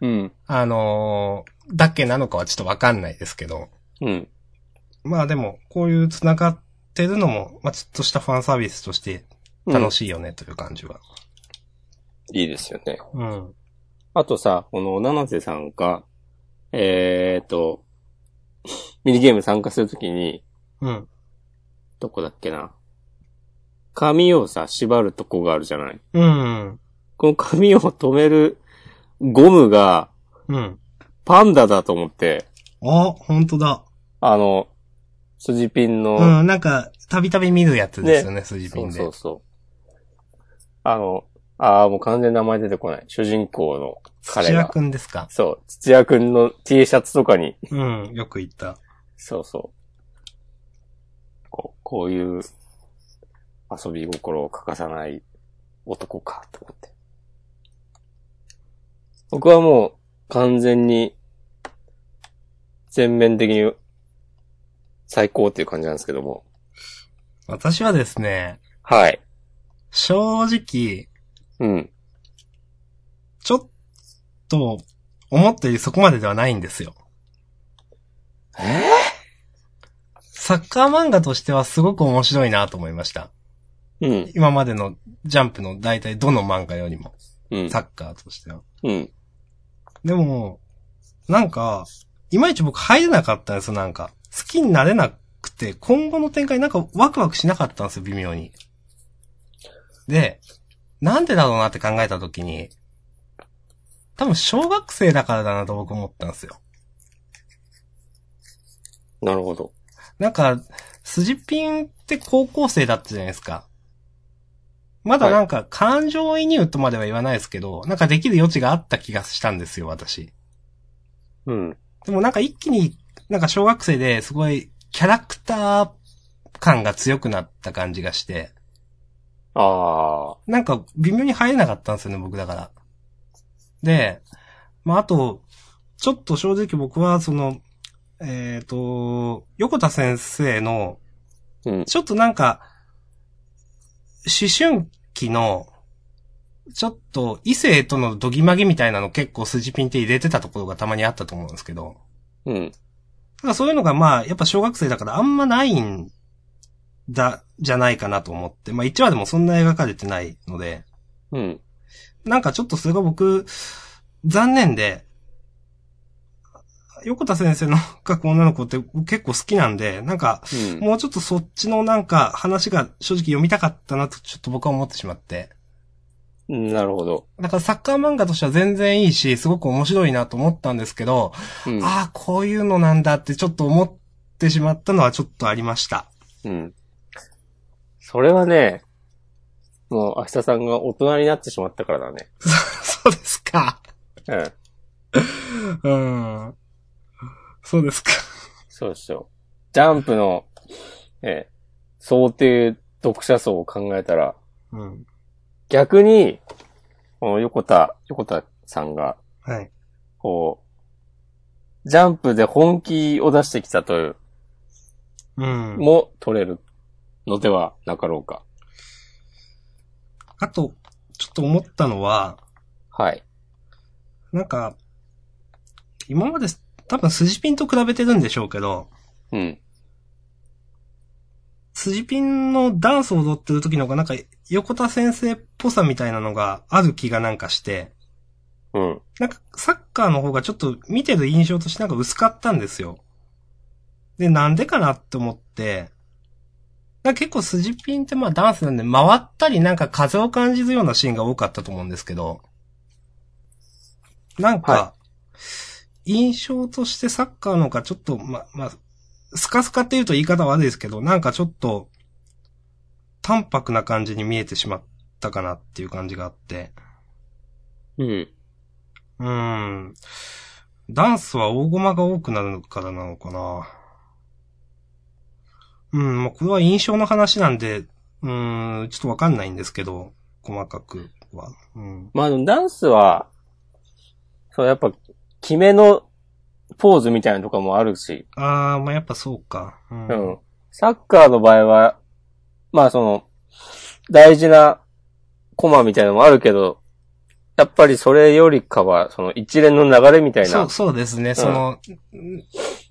Speaker 1: うん。
Speaker 2: あのーだけなのかはちょっとわかんないですけど。
Speaker 1: うん。
Speaker 2: まあでも、こういう繋がってるのも、まあちょっとしたファンサービスとして楽しいよね、という感じは。
Speaker 1: いいですよね。
Speaker 2: うん。
Speaker 1: あとさ、この七瀬さんが、えーっと、ミニゲーム参加するときに、
Speaker 2: うん。
Speaker 1: どこだっけな。髪をさ、縛るとこがあるじゃない。
Speaker 2: うん。
Speaker 1: この髪を止めるゴムが
Speaker 2: うん。
Speaker 1: パンダだと思って、
Speaker 2: あ、本当だ。
Speaker 1: あの、筋ピンの、
Speaker 2: うん、なんか、たびたび見るやつですよね、筋ピ
Speaker 1: そ
Speaker 2: ン
Speaker 1: う
Speaker 2: で。
Speaker 1: そうそう。あの、ああ、もう完全に名前出てこない。主人公の彼
Speaker 2: 土
Speaker 1: が。
Speaker 2: 屋くんですか
Speaker 1: そう、土屋くんの T シャツとかに、
Speaker 2: うん、よく言った。
Speaker 1: そうそう。こう、こういう遊び心を欠かさない男か、と思って。僕はもう完全に、全面的に最高っていう感じなんですけども。
Speaker 2: 私はですね、
Speaker 1: はい。
Speaker 2: 正直、
Speaker 1: うん。
Speaker 2: ちょっと、思ったよりそこまでではないんですよ。
Speaker 1: え
Speaker 2: サッカー漫画としてはすごく面白いなと思いました。
Speaker 1: うん。
Speaker 2: 今までのジャンプの大体どの漫画よりも、
Speaker 1: うん。
Speaker 2: サッカーとしては。
Speaker 1: うん。
Speaker 2: でも、なんか、いまいち僕入れなかったんですよ、なんか。好きになれなくて、今後の展開なんかワクワクしなかったんですよ、微妙に。で、なんでだろうなって考えたときに、多分小学生だからだなと僕思ったんですよ。
Speaker 1: なるほど。
Speaker 2: なんか、筋ピンって高校生だったじゃないですか。まだなんか感情移入とまでは言わないですけど、なんかできる余地があった気がしたんですよ、私。
Speaker 1: うん。
Speaker 2: でもなんか一気に、なんか小学生ですごいキャラクター感が強くなった感じがして、
Speaker 1: ああ。
Speaker 2: なんか微妙に入れなかったんですよね、僕だから。で、まあ、あと、ちょっと正直僕はその、えっ、と、横田先生の、
Speaker 1: うん。
Speaker 2: ちょっとなんか、思春期の、ちょっと異性とのどぎまぎみたいなの結構筋ピンって入れてたところがたまにあったと思うんですけど、
Speaker 1: うん。
Speaker 2: だからそういうのがまあ、やっぱ小学生だからあんまないんだ、じゃないかなと思って。まあ1話でもそんな描かれてないので、
Speaker 1: うん。
Speaker 2: なんかちょっとそれが僕、残念で、横田先生の描く女の子って結構好きなんで、なんか、
Speaker 1: うん。
Speaker 2: もうちょっとそっちのなんか話が正直読みたかったなとちょっと僕は思ってしまって。
Speaker 1: うんなるほど。
Speaker 2: だからサッカー漫画としては全然いいし、すごく面白いなと思ったんですけど、
Speaker 1: うん。
Speaker 2: ああ、こういうのなんだってちょっと思ってしまったのはちょっとありました。
Speaker 1: うん。それはね、もう、明日さんが大人になってしまったからだね。
Speaker 2: そうですか。
Speaker 1: うん。
Speaker 2: うん。そうですか。
Speaker 1: そうですよ。ジャンプの、ええ想定読者層を考えたら、
Speaker 2: うん。
Speaker 1: 逆に、この横田、横田さんが、
Speaker 2: はい。
Speaker 1: こう、ジャンプで本気を出してきたという、
Speaker 2: うん。
Speaker 1: も取れるのではなかろうか。
Speaker 2: あと、ちょっと思ったのは、
Speaker 1: はい。
Speaker 2: なんか、今まで多分筋ピンと比べてるんでしょうけど、
Speaker 1: うん。
Speaker 2: 筋ピンのダンスを踊ってる時の方がなんか横田先生っぽさみたいなのがある気がなんかして、
Speaker 1: うん。
Speaker 2: なんかサッカーの方がちょっと見てる印象としてなんか薄かったんですよ。で、なんでかなって思って、なんか結構筋ピンってまあダンスなんで回ったりなんか風を感じるようなシーンが多かったと思うんですけど、なん
Speaker 1: は
Speaker 2: か、印象としてサッカーの方がちょっと、ま、まあ、スカスカって言うと言い方悪いですけど、なんかちょっと、淡白な感じに見えてしまったかなっていう感じがあって。
Speaker 1: うん。
Speaker 2: うーん。ダンスは大駒が多くなるからなのかな。うん、まあ、これは印象の話なんで、うーん、ちょっとわかんないんですけど、細かくは。うん。
Speaker 1: まあ、でもダンスは、そう、やっぱ、決めのポーズみたいなのとかもあるし、
Speaker 2: あー、まあ、やっぱそうか。う。
Speaker 1: うんん。サッカーの場合は、まあその、大事なコマみたいなのもあるけど、やっぱりそれよりかは、その一連の流れみたい
Speaker 2: そ
Speaker 1: な
Speaker 2: う、、そうですね。その、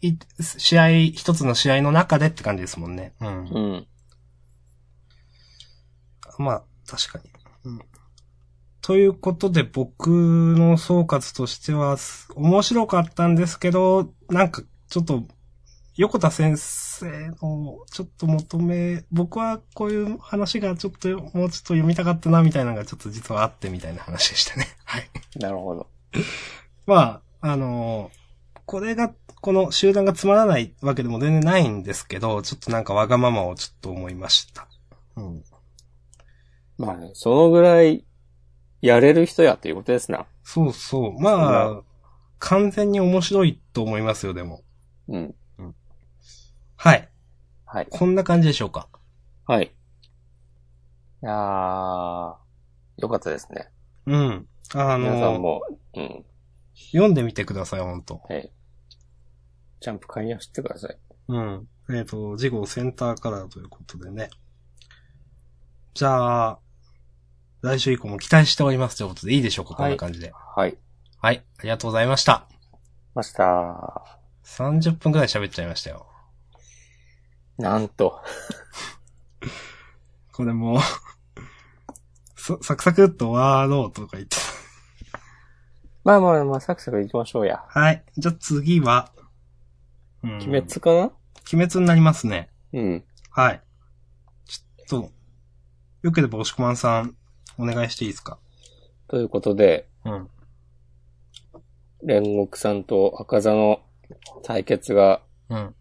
Speaker 2: い試合、一つの試合の中でって感じですもんね。うん。
Speaker 1: うん。
Speaker 2: まあ、確かに。うん。ということで、僕の総括としては、す面白かったんですけど、なんか、ちょっと、横田先生の、ちょっと求め、僕はこういう話がちょっと、もうちょっと読みたかったな、みたいなのがちょっと実はあって、みたいな話でしたね。 はい。
Speaker 1: なるほど。
Speaker 2: まあ、あのーこれが、この集団がつまらないわけでも全然ないんですけど、ちょっとなんかわがままをちょっと思いました。うん。
Speaker 1: まあね、そのぐらい、やれる人やということですな。
Speaker 2: そうそう。まあ、完全に面白いと思いますよ、でも。
Speaker 1: うん。
Speaker 2: はい。
Speaker 1: はい。
Speaker 2: こんな感じでしょうか。
Speaker 1: はい。いやー、よかったですね。
Speaker 2: うん。
Speaker 1: 皆さ
Speaker 2: あ
Speaker 1: ん
Speaker 2: の、
Speaker 1: も、うん。
Speaker 2: 読んでみてください、ほんと。
Speaker 1: はい。ジャンプ買いに走ってください。
Speaker 2: うん。えっ、と、次号センターカラーということでね。じゃあ、来週以降も期待しておりますということでいいでしょうか、こんな感じで。
Speaker 1: はい。
Speaker 2: はい。ありがとうございました。
Speaker 1: ました
Speaker 2: 30分くらい喋っちゃいましたよ。
Speaker 1: なんと。
Speaker 2: これもう そ、サクサクっとワードとか言って。
Speaker 1: まあまあまあ、サクサク行きましょうや。
Speaker 2: はい。じゃあ次は、うん
Speaker 1: 鬼滅かな
Speaker 2: 鬼滅になりますね。
Speaker 1: うん。
Speaker 2: はい。ちょっと、よければ押し込まんさん、お願いしていいですか
Speaker 1: ということで、
Speaker 2: うん。
Speaker 1: 煉獄さんと赤座の対決が
Speaker 2: うん。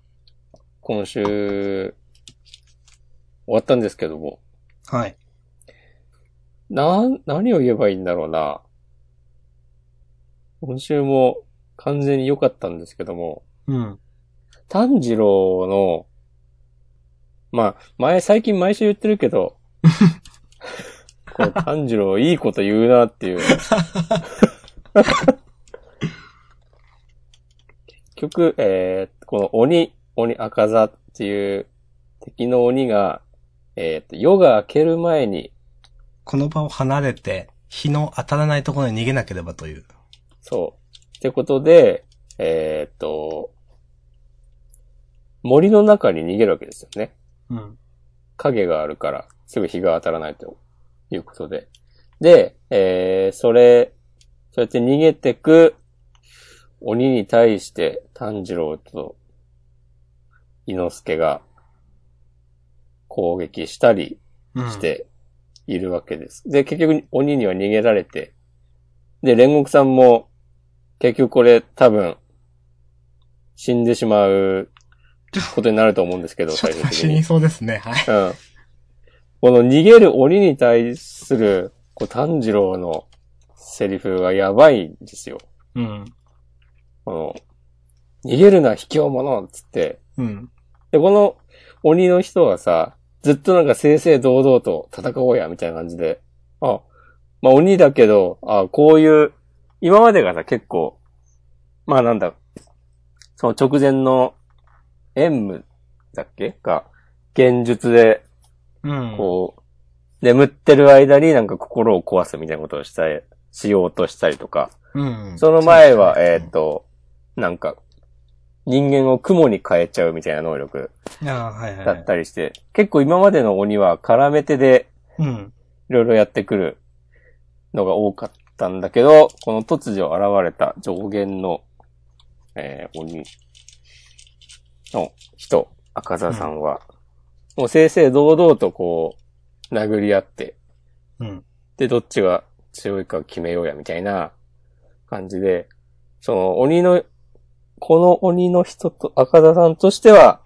Speaker 1: 今週終わったんですけども、
Speaker 2: はい。
Speaker 1: なん、何を言えばいいんだろうな。今週も完全に良かったんですけども、
Speaker 2: うん。
Speaker 1: 炭治郎の、まあ、前、最近毎週言ってるけど、こう炭治郎いいこと言うなっていう。結局、えーこの鬼、鬼赤座っていう敵の鬼が、えーと、夜が明ける前に、
Speaker 2: この場を離れて、日の当たらないところに逃げなければという。
Speaker 1: そう。ってことで、えーっと、森の中に逃げるわけですよね。
Speaker 2: うん。
Speaker 1: 影があるから、すぐ日が当たらないということで。で、えー、それ、そうやって逃げてく鬼に対して炭治郎と伊之助が攻撃したり、
Speaker 2: うん。
Speaker 1: しているわけです。で、結局鬼には逃げられて、で、煉獄さんも、結局これ多分、死んでしまうことになると思うんですけど、
Speaker 2: ち
Speaker 1: 最
Speaker 2: ょっ
Speaker 1: 終
Speaker 2: と
Speaker 1: 的
Speaker 2: 死
Speaker 1: に。う
Speaker 2: に
Speaker 1: ん。
Speaker 2: そうですね。はい。
Speaker 1: この逃げる鬼に対する、こう、炭治郎のセリフがやばいんですよ。
Speaker 2: うん。
Speaker 1: この、逃げるな、卑怯者っつって、
Speaker 2: うん。
Speaker 1: で、この鬼の人はさ、ずっとなんか正々堂々と戦おうや、みたいな感じで、あ、まあ鬼だけど、あこういう、今までがさ、結構、まあなんだ、その直前の演武だっけか、現術で、
Speaker 2: うん。
Speaker 1: こう、眠ってる間になんか心を壊すみたいなことをしたい、しようとしたりとか、
Speaker 2: うん。
Speaker 1: その前は、
Speaker 2: そうで
Speaker 1: え
Speaker 2: すね
Speaker 1: っ、と、なんか、人間を雲に変えちゃうみたいな能力
Speaker 2: うんああ、はいはい
Speaker 1: だ
Speaker 2: は
Speaker 1: っ
Speaker 2: い。
Speaker 1: たりして、結構今までの鬼は絡めてで
Speaker 2: うん。
Speaker 1: いろいろやってくるのが多かったんだけど、この突如現れた上限の、えー鬼の人、赤座さんは、もう正々堂々とこう、殴り合って、
Speaker 2: うん。
Speaker 1: で、どっちが強いか決めようや、みたいな感じで、その鬼の、この鬼の人と赤田さんとしては、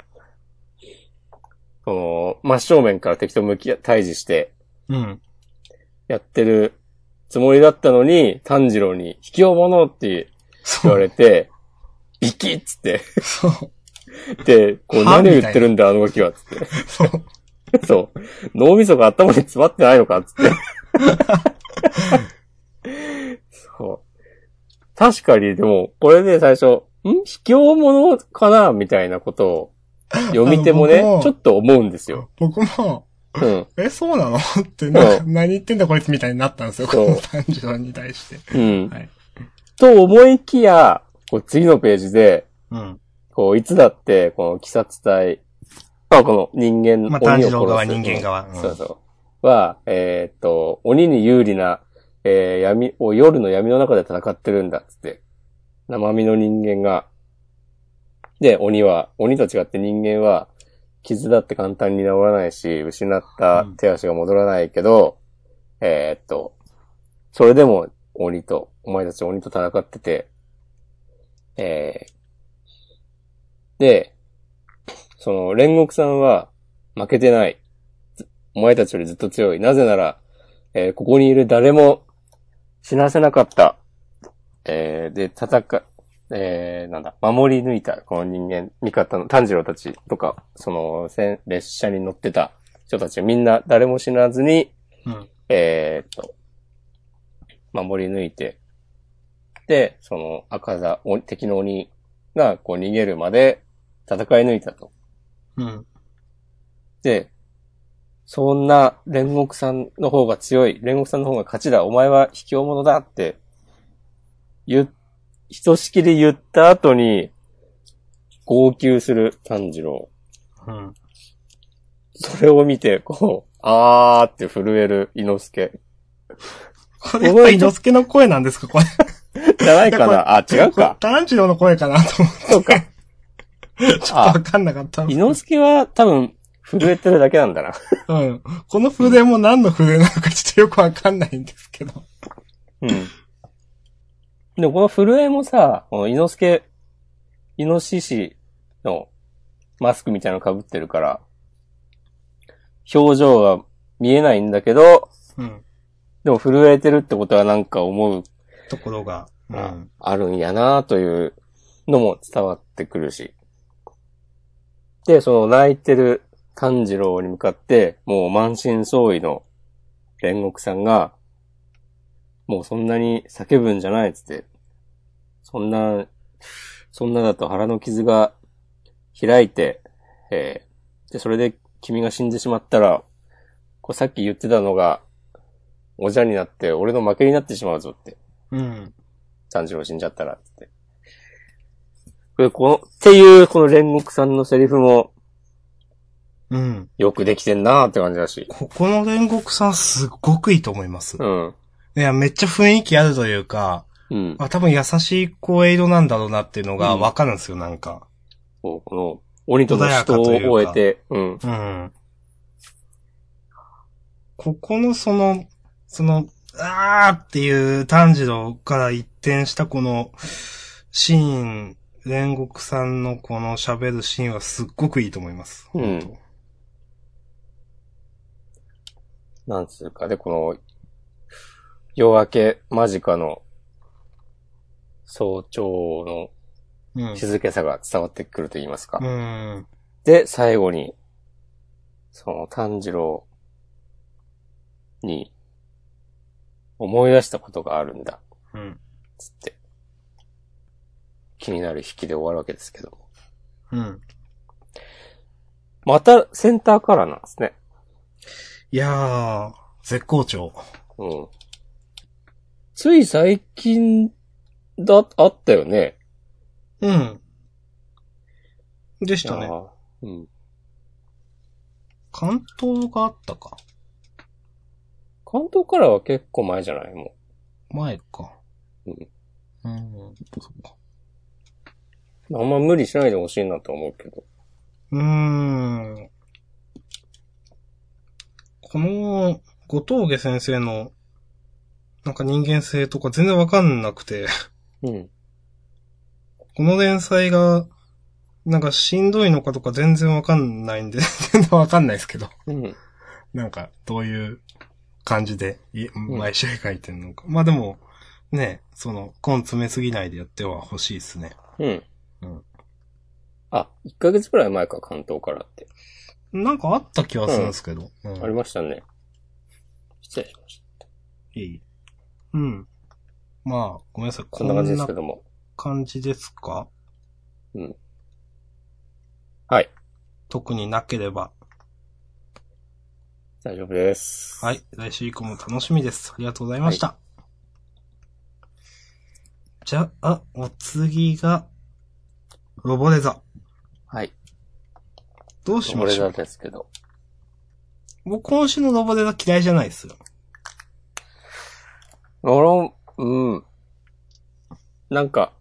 Speaker 1: その、真正面から敵と向き合、対峙して
Speaker 2: うん。
Speaker 1: やってるつもりだったのに、炭治郎に、卑怯者って
Speaker 2: そ
Speaker 1: 言わ
Speaker 2: う。
Speaker 1: れて、 ビキッつって、
Speaker 2: そう。
Speaker 1: で、こう、
Speaker 2: は
Speaker 1: 何言ってるんだ、あの動きは、つって。
Speaker 2: そう。
Speaker 1: そう。脳みそが頭に詰まってないのかっつって。そう。確かに、でも、これで最初、ん卑怯者かなみたいなことを、読み手もね
Speaker 2: あの僕も
Speaker 1: ちょっと思うんですよ。
Speaker 2: 僕も、
Speaker 1: うん。
Speaker 2: え、そうなのって、なん
Speaker 1: そ
Speaker 2: か、何言ってんだこいつみたいになったんですよ、こ
Speaker 1: そう
Speaker 2: の炭治郎に対して。
Speaker 1: うん。
Speaker 2: はい
Speaker 1: と思いきや、こう次のページで、
Speaker 2: うん。
Speaker 1: こう、いつだって、この鬼殺隊、まあ、この人間、
Speaker 2: まあ、炭
Speaker 1: 鬼を殺
Speaker 2: 治
Speaker 1: す
Speaker 2: 郎側、人間側。
Speaker 1: そうそう。は、えーっと、鬼に有利な、えー闇を夜の闇の中で戦ってるんだっ、つって。生身の人間が。で、鬼は、鬼と違って人間は、傷だって簡単に治らないし、失った手足が戻らないけど、えーっと、それでも鬼と、お前たち鬼と戦ってて、えー、で、その煉獄さんは負けてない。お前たちよりずっと強い。なぜなら、えーここにいる誰も死なせなかった。えーで、戦か、えーなんだ、守り抜いた、この人間、味方の炭治郎たちとか、その、戦列車に乗ってた人たち、みんな誰も死なずに、
Speaker 2: うん
Speaker 1: えーっと、守り抜いて、で、その、赤座、お敵の鬼が、こう逃げるまで戦い抜いたと。
Speaker 2: うん。
Speaker 1: で、そんな煉獄さんの方が強い、煉獄さんの方が勝ちだ、お前は卑怯者だって、言っ、ひとしきり言った後に、号泣する炭治郎。
Speaker 2: うん。
Speaker 1: それを見て、こう、あーって震える伊之助。
Speaker 2: これやっぱり、のすけの声なんですかこれ。
Speaker 1: じゃないかなあ、違う
Speaker 2: これ
Speaker 1: か。
Speaker 2: 炭治郎の声かなと思って。
Speaker 1: そうか。
Speaker 2: ちょっとわかんなかったんで
Speaker 1: 伊
Speaker 2: す。
Speaker 1: 之助は多分、震えてるだけなんだな。
Speaker 2: うん。この筆も何の筆なのかちょっとよくわかんないんですけど。
Speaker 1: うん。でもこの震えもさ、この、イノスケ、イノシシのマスクみたいなの被ってるから、表情が見えないんだけど、
Speaker 2: うん。
Speaker 1: でも震えてるってことはなんか思う、
Speaker 2: ところが。うん。
Speaker 1: あるんやなというのも伝わってくるし。で、その泣いてる炭治郎に向かって、もう満身創痍の煉獄さんが、もうそんなに叫ぶんじゃないっつって、そんな、そんなだと腹の傷が開いて、えーで、それで君が死んでしまったら、こうさっき言ってたのが、おじゃになって、俺の負けになってしまうぞって。
Speaker 2: うん。
Speaker 1: 炭治郎死んじゃったら、つって。これ、この、っていう、この煉獄さんのセリフも、
Speaker 2: うん。
Speaker 1: よくできてんなーって感じだし。
Speaker 2: ここの煉獄さんすっごくいいと思います。
Speaker 1: うん。
Speaker 2: いや、めっちゃ雰囲気あるというか、
Speaker 1: うん。
Speaker 2: あ、多分優しい声色なんだろうなっていうのがわかるんですよ、なんか。
Speaker 1: こうこの、鬼との死闘を終えて、うん。
Speaker 2: うん。ここのその、その、あーっていう炭治郎から一転したこの、シーン、煉獄さんのこの喋るシーンはすっごくいいと思います。
Speaker 1: うん
Speaker 2: 本当
Speaker 1: なんつうか、で、この、夜明け間近の、早朝の
Speaker 2: うん。
Speaker 1: 静けさが伝わってくると言いますか。
Speaker 2: うん。
Speaker 1: で、最後に、その炭治郎に、思い出したことがあるんだ、
Speaker 2: うん。
Speaker 1: つって。気になる引きで終わるわけですけども。
Speaker 2: うん。
Speaker 1: またセンターカラーなんですね。
Speaker 2: いやー、絶好調。
Speaker 1: うん。つい最近だ、あったよね。
Speaker 2: うん。でしたね。
Speaker 1: ああうん。
Speaker 2: 関東があったか。
Speaker 1: 関東カラーは結構前じゃないも
Speaker 2: 前か。
Speaker 1: うん。
Speaker 2: うん。そうか。
Speaker 1: う。あんま無理しないでほしいなと思うけど。
Speaker 2: うーん。この、後峠先生の、なんか人間性とか全然わかんなくて、
Speaker 1: うん。
Speaker 2: この連載が、なんかしんどいのかとか全然わかんないんで、全然わかんないですけど。
Speaker 1: うん。
Speaker 2: なんか、どういう感じで、い
Speaker 1: ん
Speaker 2: 毎試合書いてんのか。まあでも、ね、その、根詰めすぎないでやっては欲しいですね。
Speaker 1: うん。
Speaker 2: うん
Speaker 1: あ、1ヶ月くらい前か、関東カラーって。
Speaker 2: なんかあった気はするんですけど。うん
Speaker 1: ありましたね。失礼しまし
Speaker 2: いいうん。まあ、ごめんなさい。
Speaker 1: た。
Speaker 2: こ
Speaker 1: そ
Speaker 2: ん
Speaker 1: んな感じで
Speaker 2: な
Speaker 1: すけども。
Speaker 2: 感じですか
Speaker 1: うん。はい。
Speaker 2: 特になければ。
Speaker 1: 大丈夫です。
Speaker 2: はい。来週以降も楽しみです。ありがとうございました。じゃあ、お次が、ロボレザ。
Speaker 1: はい。
Speaker 2: どうし
Speaker 1: こ
Speaker 2: ま
Speaker 1: れ
Speaker 2: しょ
Speaker 1: なん
Speaker 2: う
Speaker 1: ですけど。
Speaker 2: 僕今週のロボレザ嫌いじゃないですよ。
Speaker 1: 俺も、うん。なんか、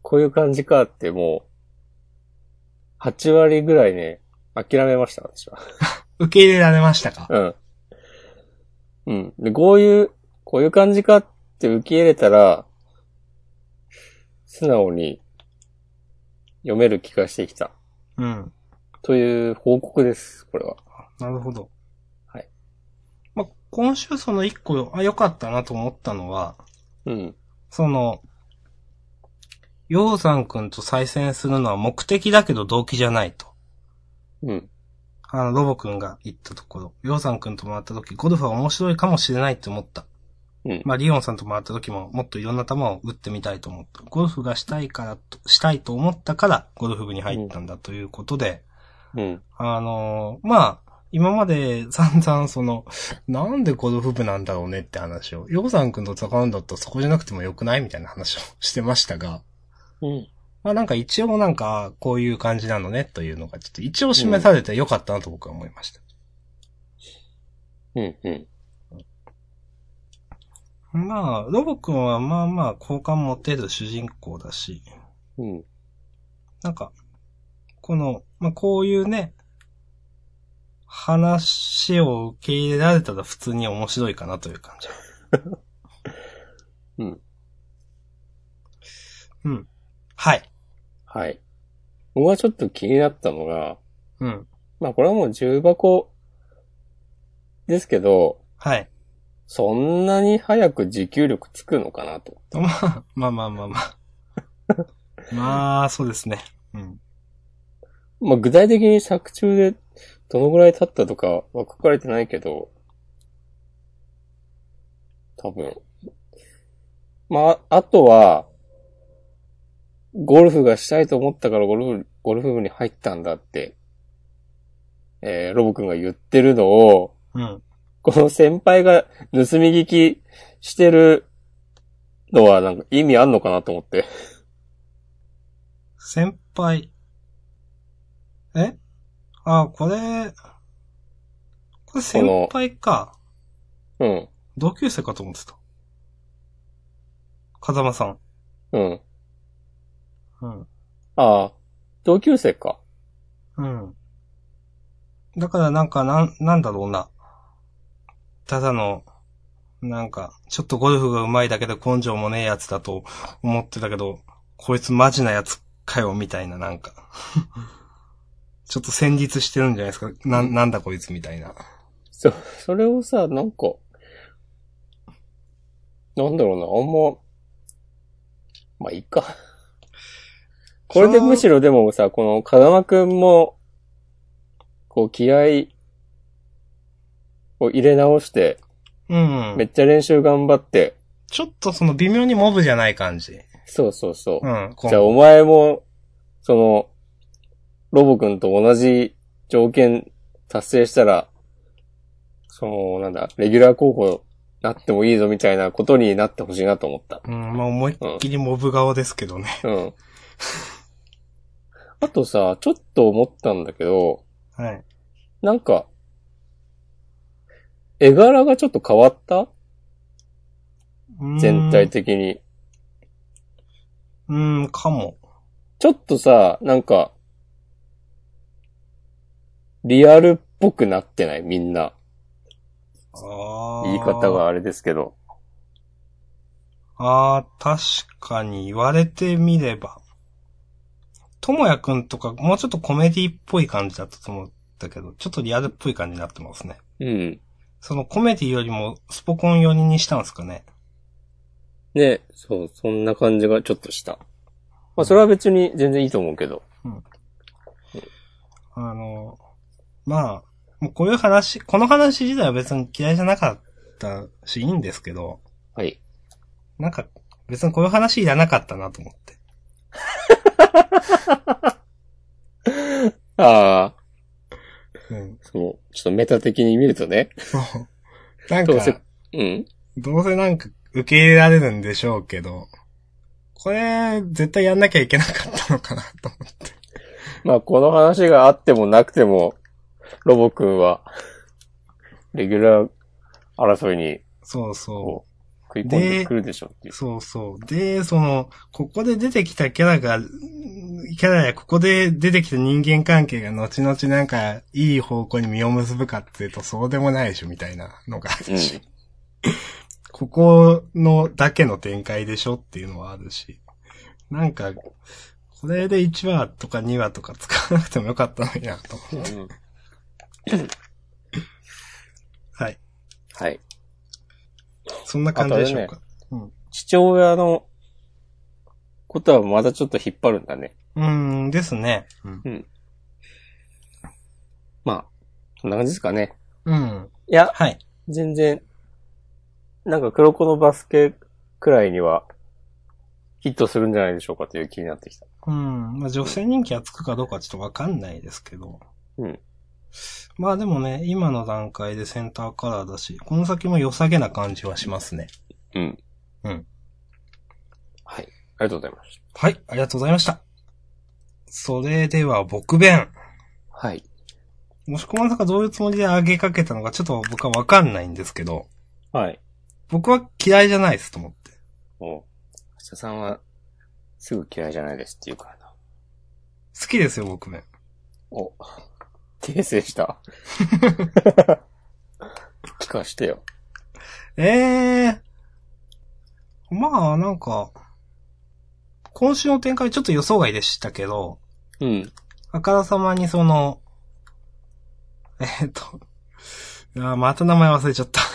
Speaker 1: こういう感じかってもう、8割ぐらいね、諦めました、私は。
Speaker 2: 受け入れられましたか
Speaker 1: うん。うん。で、こういう、こういう感じかって受け入れたら、素直に読める気がしてきた。
Speaker 2: うん。
Speaker 1: という報告です、これは。
Speaker 2: なるほど。
Speaker 1: はい。
Speaker 2: まあ、今週その一個、あ、良かったなと思ったのは、
Speaker 1: うん。
Speaker 2: その、洋山くんと再戦するのは目的だけど動機じゃないと。
Speaker 1: うん。
Speaker 2: あの、ロボくんが言ったところ、りょうさんくんと回った時、ゴルフは面白いかもしれないって思った。
Speaker 1: うん
Speaker 2: まあ、リオンさんと回った時も、もっといろんな球を打ってみたいと思った。ゴルフがしたいからと、したいと思ったから、ゴルフ部に入ったんだということで、
Speaker 1: うん。
Speaker 2: あのーまあ、今まで散々その、なんでゴルフ部なんだろうねって話を、りょうさんくんと戦うんだったらそこじゃなくてもよくないみたいな話をしてましたが、
Speaker 1: うん。
Speaker 2: まあなんか一応なんか、こういう感じなのねというのが、ちょっと一応示されてよかったなと僕は思いました。
Speaker 1: うん。うん。
Speaker 2: まあ、ロボくんはまあまあ好感持てる主人公だし、
Speaker 1: うん。
Speaker 2: なんか、この、まあこういうね、話を受け入れられたら普通に面白いかなという感じ。
Speaker 1: うん。
Speaker 2: うん。はい。
Speaker 1: はい。僕はちょっと気になったのが、
Speaker 2: うん。
Speaker 1: まあこれはもう重箱ですけど、
Speaker 2: はい。
Speaker 1: そんなに早く持久力つくのかなと。
Speaker 2: まあ、まあまあまあま あ。まあ、そうですね。うん。
Speaker 1: まあ具体的に作中でどのぐらい経ったとかは書かれてないけど、多分。まあ、あとは、ゴルフがしたいと思ったからゴルフ、ゴルフ部に入ったんだって、えー、ロボくんが言ってるのを、
Speaker 2: うん。
Speaker 1: この先輩が盗み聞きしてるのはなんか意味あんのかなと思って。
Speaker 2: 先輩。えあ、これ、これ先輩か。
Speaker 1: うん。
Speaker 2: 同級生かと思ってた。風間さん。
Speaker 1: うん。
Speaker 2: うん。
Speaker 1: ああ、同級生か。
Speaker 2: うん。だからなんか、なん、なんだろうな。ただの、なんか、ちょっとゴルフが上手いだけで根性もねえやつだと思ってたけど、こいつマジなやつかよ、みたいな、なんか。 ちょっと戦慄してるんじゃないですか。な、なんだこいつみたいな。
Speaker 1: そ、それをさ、なんか、なんだろうな、あんま、まあ、いいか。これでむしろでもさ、この風間くんも、こう気合を入れ直して、
Speaker 2: うん
Speaker 1: め。っちゃ練習頑張って、
Speaker 2: ちょっとその微妙にモブじゃない感じ。
Speaker 1: そうそうそうう。
Speaker 2: ん。こう
Speaker 1: じゃあお前も、その、ロボくんと同じ条件達成したら、その、なんだ、レギュラー候補なってもいいぞみたいなことになってほしいなと思った。
Speaker 2: うん、まあ思いっきりモブ顔ですけどね。
Speaker 1: うん。 あとさ、ちょっと思ったんだけど、
Speaker 2: はい。
Speaker 1: なんか、絵柄がちょっと変わった全体的に。
Speaker 2: うん。うん、かも。
Speaker 1: ちょっとさ、なんか、リアルっぽくなってないみんな。
Speaker 2: ああ。
Speaker 1: 言い方。があれですけど。
Speaker 2: ああ、確かに言われてみれば。ともやくんとか、もうちょっとコメディっぽい感じだったと思ったけど、ちょっとリアルっぽい感じになってますね。
Speaker 1: うん。
Speaker 2: そのコメディよりもスポコン寄りにしたんですかね。
Speaker 1: ね、そう、そんな感じがちょっとした。まあ、それは別に全然いいと思うけど。
Speaker 2: あの、まあ、もうこういう話、この話自体は別に嫌いじゃなかったし、いいんですけど、
Speaker 1: はい。
Speaker 2: なんか、別にこういう話いらなかったなと思って。
Speaker 1: ああ、
Speaker 2: うん。
Speaker 1: その、ちょっとメタ的に見るとね。
Speaker 2: そう。なん
Speaker 1: どうせ
Speaker 2: か、
Speaker 1: うん。
Speaker 2: どうせなんか受け入れられるんでしょうけど、これ、絶対やんなきゃいけなかったのかなと思って。
Speaker 1: まあ、この話があってもなくても、ロボくんは、レギュラー争いに
Speaker 2: そうそ。
Speaker 1: 食い込んでくるでしょうっていうう。
Speaker 2: そうそう。で、その、ここで出てきたキャラが、キャラやここで出てきた人間関係が後々なんか、いい方向に実を結ぶかっていうと、そうでもないでしょ、みたいなのがあるし。
Speaker 1: うん
Speaker 2: ここのだけの展開でしょっていうのはあるし。なんか、これで1話とか2話とか使わなくてもよかったのになと思って
Speaker 1: うん
Speaker 2: はい。
Speaker 1: はい。
Speaker 2: そんな感じでしょうか。
Speaker 1: 父親のことはまだちょっと引っ張るんだね。
Speaker 2: うーん、ですね。
Speaker 1: まあ、そんな感じですかね。
Speaker 2: うん。
Speaker 1: いや、
Speaker 2: はい。
Speaker 1: 全然、なんか黒子のバスケくらいにはヒットするんじゃないでしょうかという気になってきた。
Speaker 2: うん。まあ、女性人気がつくかどうかちょっとわかんないですけど。
Speaker 1: うん。
Speaker 2: まあでもね、今の段階でセンターカラーだし、この先も良さげな感じはしますね。
Speaker 1: うん。
Speaker 2: うん。
Speaker 1: はい。ありがとうございまし
Speaker 2: はい、ありがとうございました。それでは、僕弁。
Speaker 1: た。はい。
Speaker 2: もしこまさかどういうつもりで上げかけたのかちょっと僕はわかんないんですけど、
Speaker 1: はい。
Speaker 2: 僕は嫌いじゃないですと思って。
Speaker 1: もう、明日さんはすぐ嫌いじゃないですって言うからな。
Speaker 2: 好きですよ、僕弁。
Speaker 1: お、訂正 した。聞かしてよ。
Speaker 2: ええまあ、なんか、今週の展開ちょっと予想外でしたけど、
Speaker 1: うん。
Speaker 2: あからさまにその、えーっ、と、いやーまた名前忘れちゃった。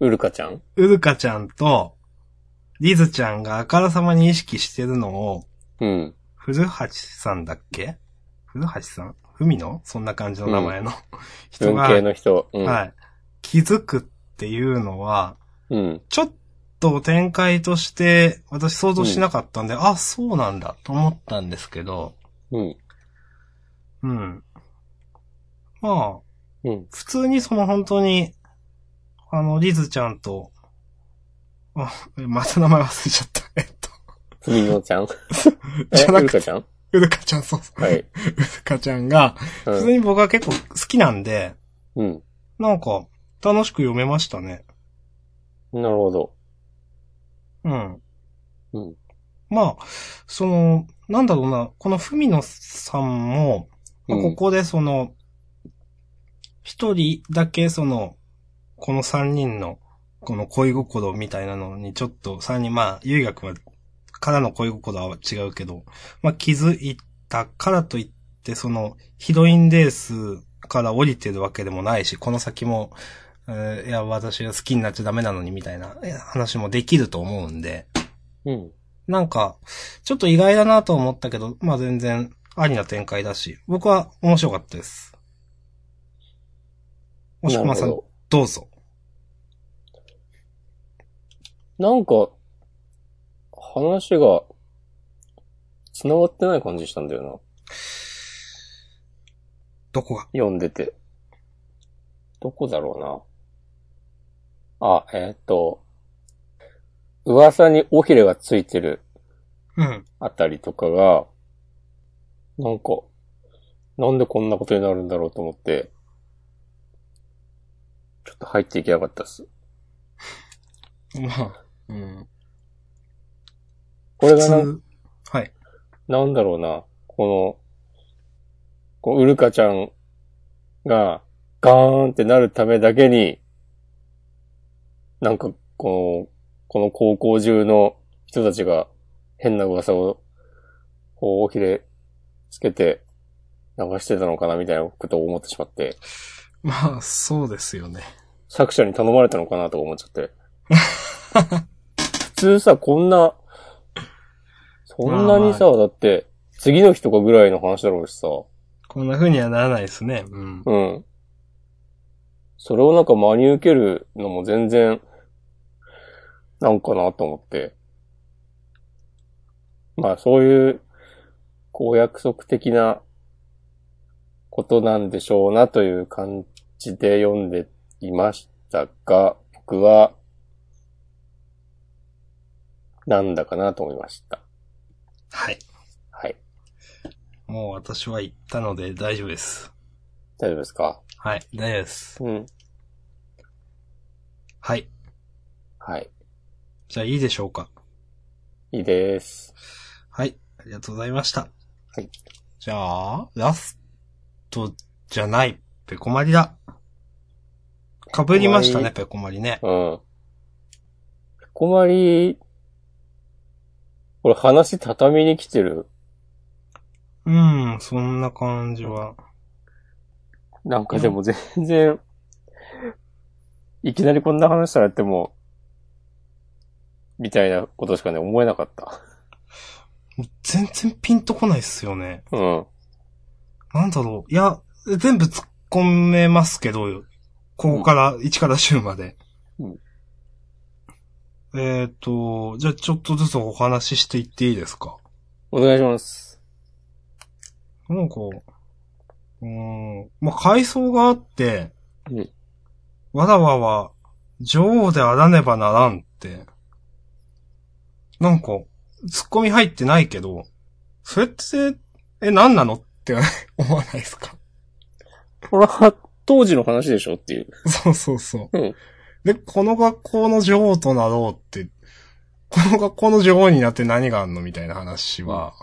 Speaker 1: ウルカちゃん
Speaker 2: うるかちゃんと、リズちゃんがあからさまに意識してるのを、
Speaker 1: うん。
Speaker 2: 古橋さんだっけ古橋さん海のそんな感じの名前の、人
Speaker 1: 文
Speaker 2: が、
Speaker 1: 系の人。うん。
Speaker 2: はい。気づくっていうのは、
Speaker 1: うん。
Speaker 2: ちょっと展開として私想像しなかったんで、あ、そうなんだと思ったんですけど、
Speaker 1: うん。
Speaker 2: うん。まあ、
Speaker 1: うん。
Speaker 2: 普通にその本当に、あの、リズちゃんと、あ、また名前忘れちゃった。 えっと、
Speaker 1: ふみのち ゃんえ
Speaker 2: じゃなく
Speaker 1: ウルカ
Speaker 2: て
Speaker 1: ちゃん
Speaker 2: うるかちゃん、そうそう。
Speaker 1: はい。
Speaker 2: うるかちゃんが、
Speaker 1: う
Speaker 2: 普
Speaker 1: ん
Speaker 2: 通に僕は結構好きなんで、
Speaker 1: うん。
Speaker 2: なんか、楽しく読めましたね。
Speaker 1: なるほど。
Speaker 2: うん。
Speaker 1: うん。
Speaker 2: まあ、その、なんだろうな、この文野さんも、まあここでその、一人だけその、この三人の、この恋心みたいなのにちょっと、三人、まあ、ゆいがくんは、からの恋心は違うけど、まあ気づいたからといって、その、ヒロインレースから降りてるわけでもないし、この先も、えーいや、私が好きになっちゃダメなのにみたいなえー話もできると思うんで、
Speaker 1: うん。
Speaker 2: なんか、ちょっと意外だなと思ったけど、まあ全然ありな展開だし、僕は面白かったです。もしくまさ、
Speaker 1: なんる
Speaker 2: ど
Speaker 1: ほ
Speaker 2: うぞ。
Speaker 1: どなんか、話が、繋がってない感じしたんだよな。
Speaker 2: どこが
Speaker 1: 読んでて。どこだろうな。あ、えーっと、噂に尾ひれがついてる
Speaker 2: うん。
Speaker 1: あたりとかが、なんか、なんでこんなことになるんだろうと思って、ちょっと入っていけなかったです。
Speaker 2: まあ、うん。
Speaker 1: これがなん
Speaker 2: 普通はい。
Speaker 1: なんだろうな、この、こうウルカちゃんがガーンってなるためだけに、なんかこの、この高校中の人たちが変な噂を、こう、おひれつけて流してたのかなみたいなことを思ってしまって、
Speaker 2: まあ、そうですよね。
Speaker 1: 作者に頼まれたのかなとか思っちゃって。普通さ、こんな、そんなにさ、だって、次の日とかぐらいの話だろうしさ、
Speaker 2: こんな風にはならないですね。うん。
Speaker 1: うん。それをなんか真に受けるのも全然、なんかなと思って。まあそういう、こう約束的なことなんでしょうなという感じで読んでいましたが、僕は、なんだかなと思いました。
Speaker 2: はい。
Speaker 1: はい。
Speaker 2: もう私は行ったので大丈夫です。
Speaker 1: 大丈夫ですか
Speaker 2: はい、大丈夫です。
Speaker 1: うん。
Speaker 2: はい。
Speaker 1: はい。
Speaker 2: じゃあいいでしょうか。
Speaker 1: いいです。
Speaker 2: はい。ありがとうございました。
Speaker 1: はい。
Speaker 2: じゃあ、ラストじゃない、ペコマリだ。被りましたね、ペコマリね。
Speaker 1: うん。ペコマリ、これ話畳に来てる。
Speaker 2: うん、そんな感じは。
Speaker 1: なんかでも全然、いきなりこんな話されても、みたいなことしかね、思えなかった。
Speaker 2: 全然ピンとこないっすよね。
Speaker 1: うん。
Speaker 2: なんだろう。いや、全部突っ込めますけど、ここから、1から10まで。
Speaker 1: うん
Speaker 2: えっ、と、じゃあちょっとずつお話ししていっていいですか
Speaker 1: お願いします。
Speaker 2: なんか、うーん、まあ、階層があって、
Speaker 1: うん
Speaker 2: わらわは、女王であらねばならんって、なんか、ツッコミ入ってないけど、それって、え、何なのって 思わないですか
Speaker 1: これは当時の話でしょっていう。
Speaker 2: そうそうそう。
Speaker 1: うん
Speaker 2: で、この学校の女王となろうって、この学校の女王になって何があんのみたいな話は、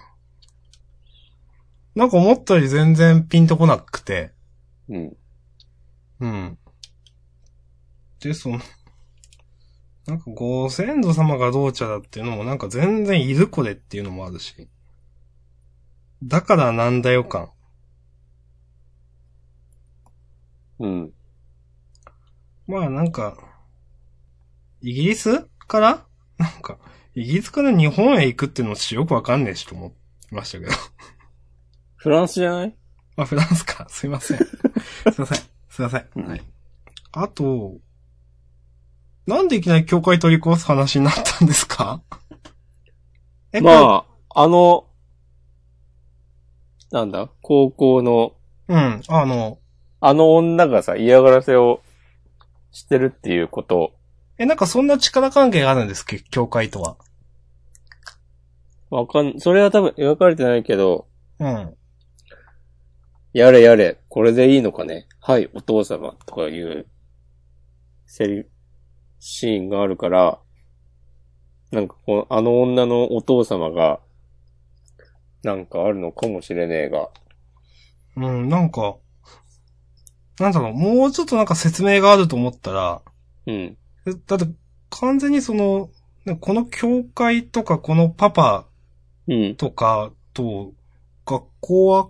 Speaker 2: なんか思ったより全然ピンとこなくて、
Speaker 1: うん。
Speaker 2: うん。で、その、なんかご先祖様がどうちゃだっていうのもなんか全然いるこれっていうのもあるし。だからなんだよ感。
Speaker 1: うん。
Speaker 2: まあなんか、イギリスからなんか、イギリスから日本へ行くっていうのちよくわかんねえしと思いましたけど。
Speaker 1: フランスじゃない
Speaker 2: あ、フランスか。 すいません。すいません。すいません。
Speaker 1: うん
Speaker 2: はい。あと、なんでいきなり教会取り壊す話になったんですかえ、あ、
Speaker 1: まあ、あの、なんだ、高校の、
Speaker 2: うん、あの、
Speaker 1: あの女がさ、嫌がらせをしてるっていうことを、
Speaker 2: え、なんかそんな力関係があるんですけど、教会とは。
Speaker 1: わかん、それは多分描かれてないけど、
Speaker 2: うん。
Speaker 1: やれやれ、これでいいのかねはい、お父様、とかいう、セリ、シーンがあるから、なんかこの、あの女のお父様が、なんかあるのかもしれねえが、
Speaker 2: うん、なんか、なんだろう、もうちょっとなんか説明があると思ったら、
Speaker 1: うん、
Speaker 2: えだって、完全にその、ねこの教会とか、このパパ
Speaker 1: うん、
Speaker 2: とかと学校は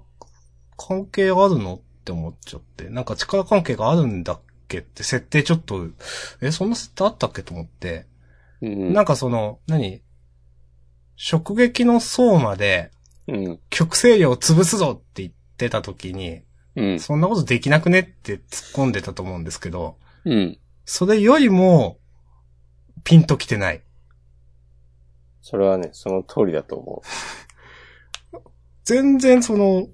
Speaker 2: 関係あるのって思っちゃって。なんか力関係があるんだっけって設定ちょっと、え、そんな設定あったっけと思って。
Speaker 1: うん、
Speaker 2: なんかその、何直撃の層まで
Speaker 1: うん、
Speaker 2: 極勢量を潰すぞって言ってた時に、
Speaker 1: うん。
Speaker 2: そんなことできなくねって突っ込んでたと思うんですけど、
Speaker 1: うん。
Speaker 2: それよりも、ピンときてない。
Speaker 1: それはね、その通りだと思
Speaker 2: 全然その、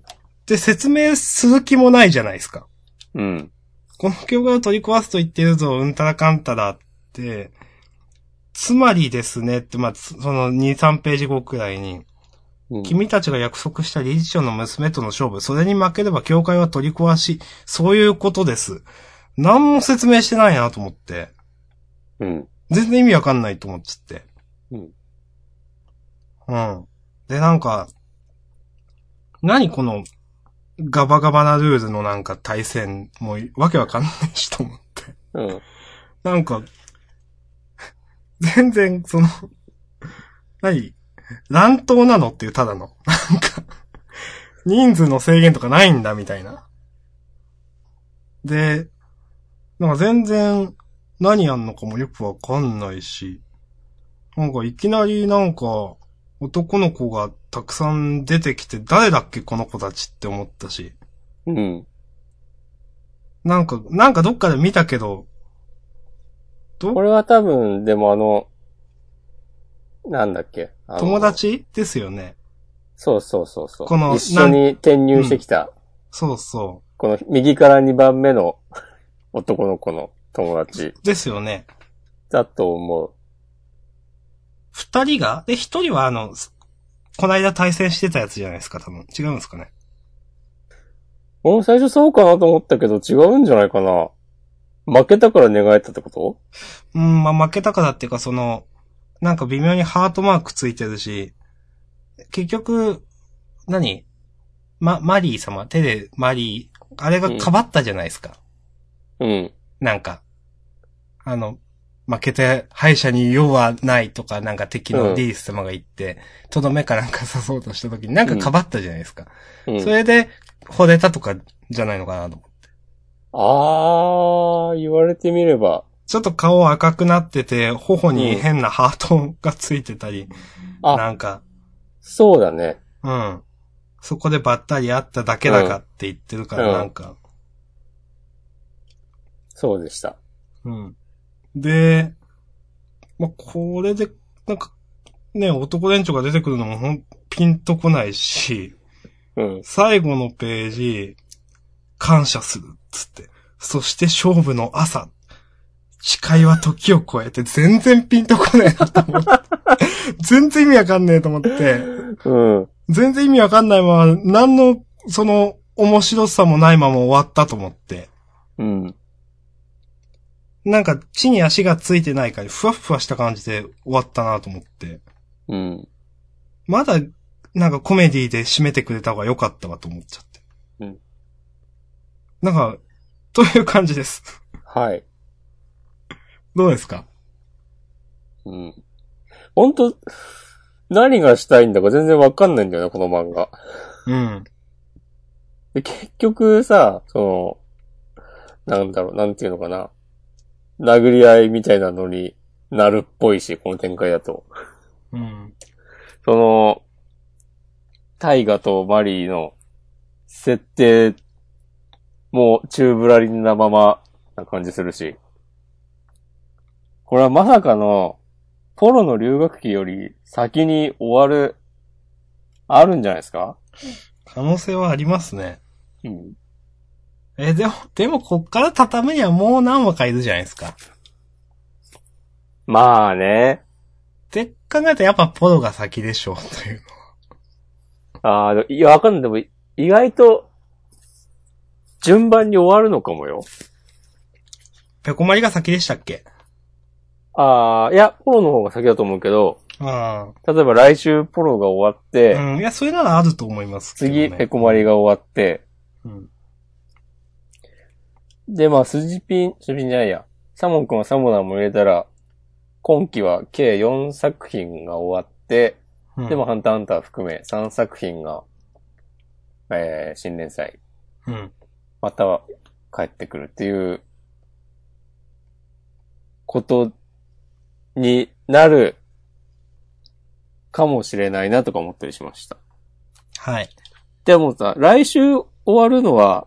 Speaker 2: で、説明する気もないじゃないですか。
Speaker 1: う。うん。
Speaker 2: この教会を取り壊すと言ってるぞ、うんたらかんたらって、つまりですねって、まあ、つその2、3ページ後くらいに、
Speaker 1: うん、
Speaker 2: 君たちが約束した理事長の娘との勝負、それに負ければ教会は取り壊し、そういうことです。何も説明してないなと思って、
Speaker 1: うん。
Speaker 2: 全然意味わかんないと思っちゃって。
Speaker 1: うん。
Speaker 2: うん。で、なんか、何この、ガバガバなルールのなんか対戦、もうわけわかんないしと思って。
Speaker 1: うん。
Speaker 2: なんか、全然、その、何乱闘なのっていう、ただの。なんか、人数の制限とかないんだ、みたいな。で、なんか全然、何やんのかもよくわかんないし、なんかいきなりなんか、男の子がたくさん出てきて、誰だっけこの子たちって思ったし。
Speaker 1: うん。
Speaker 2: なんか、なんかどっかで見たけど、ど
Speaker 1: これは多分、でもあの、なんだっけ。あの
Speaker 2: 友達ですよね。
Speaker 1: そうそうそうそう。
Speaker 2: この
Speaker 1: 一緒に転入してきた、
Speaker 2: そうそ
Speaker 1: この右から2番目の 男の子の友達
Speaker 2: う。ですよね。
Speaker 1: だと思う。
Speaker 2: 二人がで、一人はあの、すこないだ対戦してたやつじゃないですか、多分。違うんですかね。
Speaker 1: 俺も最初そうかなと思ったけど違うんじゃないかな。負けたから寝返ったってこと
Speaker 2: うん、まあ、負けたからっていうか、その、なんか微妙にハートマークついてるし、結局、何ま、マリー様、手でマリー、あれがかばったじゃないですか。
Speaker 1: うん。
Speaker 2: なんか、あの、負けて敗者に用はないとか、なんか敵のリース様が言って、とどめかなんか刺そうとした時に、なんかかばったじゃないですか。
Speaker 1: うん、
Speaker 2: それで、惚れたとかじゃないのかなと思って。
Speaker 1: あー、言われてみれば。
Speaker 2: ちょっと顔赤くなってて、頬に変なハートがついてたり、
Speaker 1: あ
Speaker 2: なんか、
Speaker 1: そうだね。
Speaker 2: うん。そこでばったり会っただけだかって言ってるから、
Speaker 1: うん
Speaker 2: なんか、
Speaker 1: そうでした。
Speaker 2: うん。で、まあ、これで、なんか、ね、男連中が出てくるのもほん、ピンとこないし、
Speaker 1: うん。
Speaker 2: 最後のページ、感謝する、つって。そして勝負の朝、誓いは時を超えて、全然ピンとこねえなと思って。全然意味わかんねえと思って、
Speaker 1: うん。
Speaker 2: 全然意味わかんないまま、何の、その、面白さもないまま終わったと思って。
Speaker 1: うん。
Speaker 2: なんか、地に足がついてないから、ふわっふわした感じで終わったなと思って。
Speaker 1: うん。
Speaker 2: まだ、なんかコメディで締めてくれた方が良かったわと思っちゃって。
Speaker 1: うん。
Speaker 2: なんか、という感じです。
Speaker 1: はい。
Speaker 2: どうですか
Speaker 1: うん。ほんと、何がしたいんだか全然わかんないんだよね、この漫画。
Speaker 2: うん。
Speaker 1: で、結局さ、その、なんだろう、なんていうのかな。殴り合いみたいなのになるっぽいし、この展開だと。
Speaker 2: うん。
Speaker 1: その、タイガとマリーの設定も宙ぶらりんなままな感じするし。これはまさかの、ポロの留学期より先に終わる、あるんじゃないですか
Speaker 2: 可能性はありますね。
Speaker 1: うん。
Speaker 2: え、でも、でもこっから畳にはもう何話かいるじゃないですか。
Speaker 1: まあね。
Speaker 2: って考えたらやっぱポロが先でしょう、という。
Speaker 1: ああ、でもいや、わかんない。でも、意外と、順番に終わるのかもよ。
Speaker 2: ペコマリが先でしたっけ
Speaker 1: ああ、いや、ポロの方が先だと思うけど、
Speaker 2: あ
Speaker 1: 例えば来週ポロが終わって、
Speaker 2: あ。うん。いや、それならあると思いますけどね、
Speaker 1: 次、ペコマリが終わって、
Speaker 2: うん。
Speaker 1: で、まあ、スジピン、スジピンじゃないや。サモン君はサモナーも入れたら、今期は計4作品が終わって、
Speaker 2: うん。
Speaker 1: でも、ハンターハンター含め3作品が、えー、新連載、
Speaker 2: うん。
Speaker 1: または帰ってくるっていう、ことになる、かもしれないなとか思ったりしました。
Speaker 2: はい。
Speaker 1: でもさ、来週終わるのは、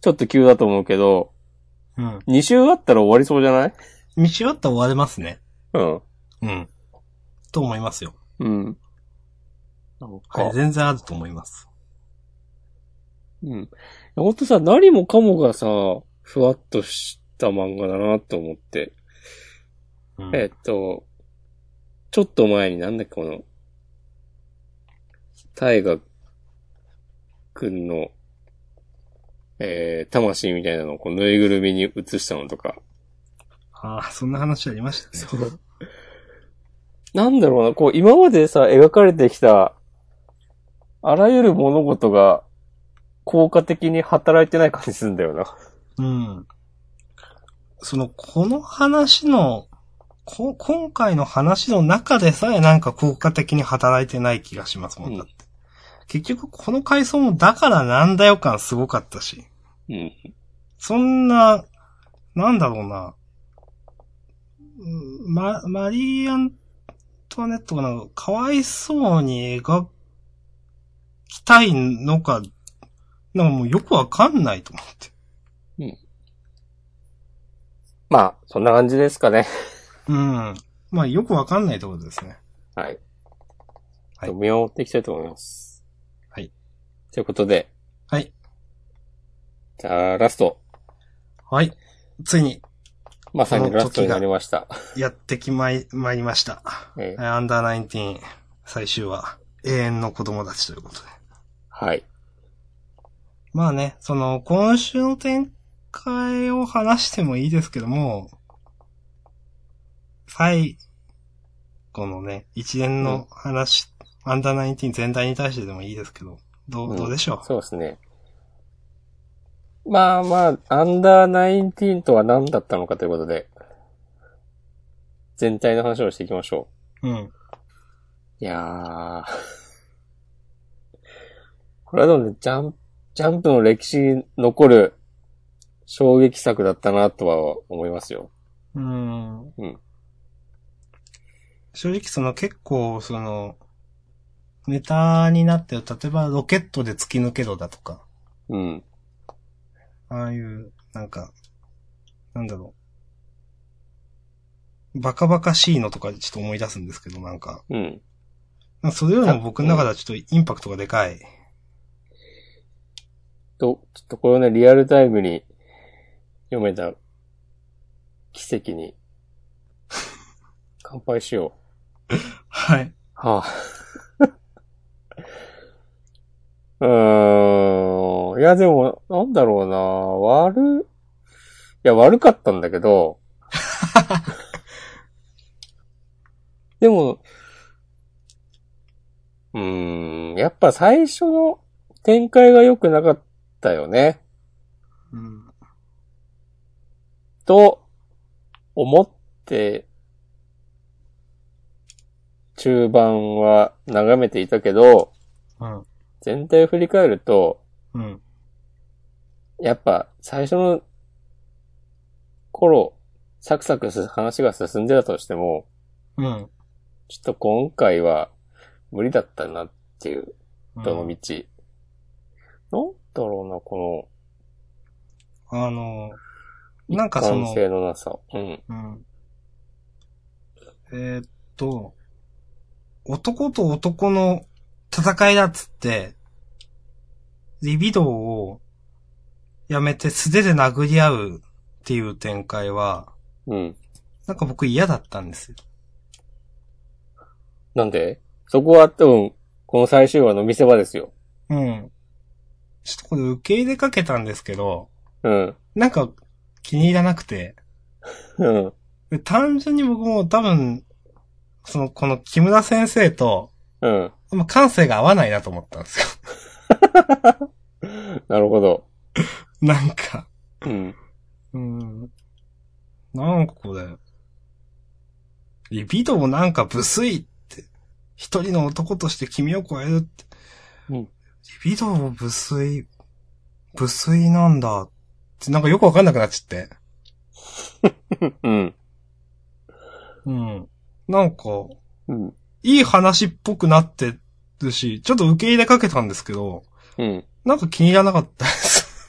Speaker 1: ちょっと急だと思うけど、
Speaker 2: うん。
Speaker 1: 2週あったら終わりそうじゃない
Speaker 2: 道終わったら終われますね。
Speaker 1: うん。
Speaker 2: うん。と思いますよ。
Speaker 1: うん。なんか、
Speaker 2: はい、全然あると思います。
Speaker 1: うん。ほんとさ、何もかもがさ、ふわっとした漫画だなと思って。
Speaker 2: うん、
Speaker 1: えっと、ちょっと前になんだっけ、この、大河くんの、えー、魂みたいなのをこうぬいぐるみに移したのとか。
Speaker 2: ああ、そんな話ありましたね。
Speaker 1: う。なんだろうな、こう、今までさ、描かれてきた、あらゆる物事が、効果的に働いてない感じするんだよな。
Speaker 2: うん。その、この話の、こ、今回の話の中でさえなんか効果的に働いてない気がしますもん、
Speaker 1: うん
Speaker 2: だって。結局、この回想もだからなんだよ感すごかったし。
Speaker 1: うん。
Speaker 2: そんな、なんだろうな。うんま、マリー・アントワネットがなんか、かわいそうに描きたいのか、なんかもうよくわかんないと思って。
Speaker 1: まあ、そんな感じですかね。
Speaker 2: うん。まあ、よくわかんないところですね。
Speaker 1: はい。
Speaker 2: はい
Speaker 1: 見守っていきたいと思います。
Speaker 2: はい。
Speaker 1: ということで、
Speaker 2: はい。
Speaker 1: じゃあ、ラスト。
Speaker 2: はい。ついに、
Speaker 1: まさに
Speaker 2: この時が
Speaker 1: ラストになりました。
Speaker 2: やってきまい、まいりました。
Speaker 1: ええ
Speaker 2: アンダーナインティーン、最終話、永遠の子供たちということで。
Speaker 1: はい。
Speaker 2: まあね、その、今週の展開を話してもいいですけども、最後のね、一連の話、アンダーナインティーン全体に対してでもいいですけど、ど
Speaker 1: う
Speaker 2: う、
Speaker 1: ん
Speaker 2: どうでしょ
Speaker 1: そうですね。まあまあ、アンダーナインティーンとは何だったのかということで、全体の話をしていきましょ
Speaker 2: ううん。
Speaker 1: う。いやー。これはでもね、ジャンプ、ジャンプの歴史に残る衝撃作だったなとは思いますよ。
Speaker 2: うん。
Speaker 1: うん
Speaker 2: 正直その結構、その、ネタになってる、例えばロケットで突き抜けろだとか、
Speaker 1: うん。
Speaker 2: ああいう、なんか、なんだろう。バカバカしいのとかちょっと思い出すんですけど、なんか。
Speaker 1: うん。
Speaker 2: まあそれよりも僕の中ではちょっとインパクトがでかい。
Speaker 1: と、ちょっとこれをね、リアルタイムに読めた奇跡に乾杯しよう。
Speaker 2: はい。
Speaker 1: は あ、うーん。いや、でも、なんだろうな。悪、いや、悪かったんだけど。でも、うーん。やっぱ最初の展開が良くなかったよね。
Speaker 2: うん。
Speaker 1: と思って、中盤は眺めていたけど、
Speaker 2: うん。
Speaker 1: 全体を振り返ると、
Speaker 2: うん。
Speaker 1: やっぱ最初の頃、サクサクす話が進んでたとしても、
Speaker 2: うん。
Speaker 1: ちょっと今回は無理だったなっていう、どの道。なんだろうな、こ
Speaker 2: あの、
Speaker 1: の、
Speaker 2: なんかその
Speaker 1: 一貫性のなさ。うん。
Speaker 2: うん。えーっと、男と男の戦いだっつって、リビドーをやめて素手で殴り合うっていう展開は、
Speaker 1: うん。
Speaker 2: なんか僕嫌だったんですよ。
Speaker 1: なんでそこは多分、この最終話の見せ場ですよ。
Speaker 2: うん。ちょっとこれ受け入れかけたんですけど、
Speaker 1: うん。
Speaker 2: なんか気に入らなくて、
Speaker 1: うん。
Speaker 2: で単純に僕も多分、その、この木村先生と、
Speaker 1: うん。
Speaker 2: まあ感性が合わないなと思ったんですよ。
Speaker 1: なるほど。
Speaker 2: なんか。
Speaker 1: うん。
Speaker 2: うん。なんかこれ、リビドもなんかブスいって、一人の男として君を超えるって、
Speaker 1: うん
Speaker 2: リビドもブスい、ブスいなんだって、なんかよくわかんなくなっちゃって。
Speaker 1: うん。
Speaker 2: うん。なんか、
Speaker 1: うん。
Speaker 2: いい話っぽくなってるし、ちょっと受け入れかけたんですけど、
Speaker 1: うん。
Speaker 2: なんか気に入らなかったです。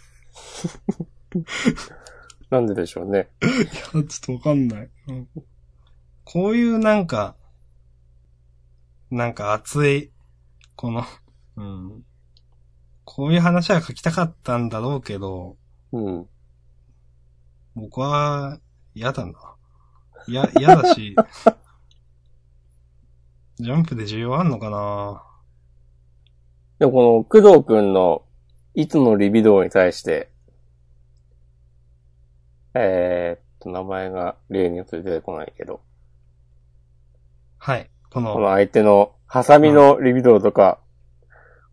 Speaker 1: なんででしょうね。
Speaker 2: ちょっとわかんない。うんこういうなんか、なんか熱い、この、うん。こういう話は書きたかったんだろうけど、
Speaker 1: うん。
Speaker 2: 僕は嫌だな。いや、嫌だし、 ジャンプで需要あんのかな
Speaker 1: でもこの、工藤くんの、いつのリビドーに対して、えー、っと、名前が例によって出てこないけど、
Speaker 2: はい。こ
Speaker 1: こ
Speaker 2: の、
Speaker 1: の相手の、ハサミのリビドーとか、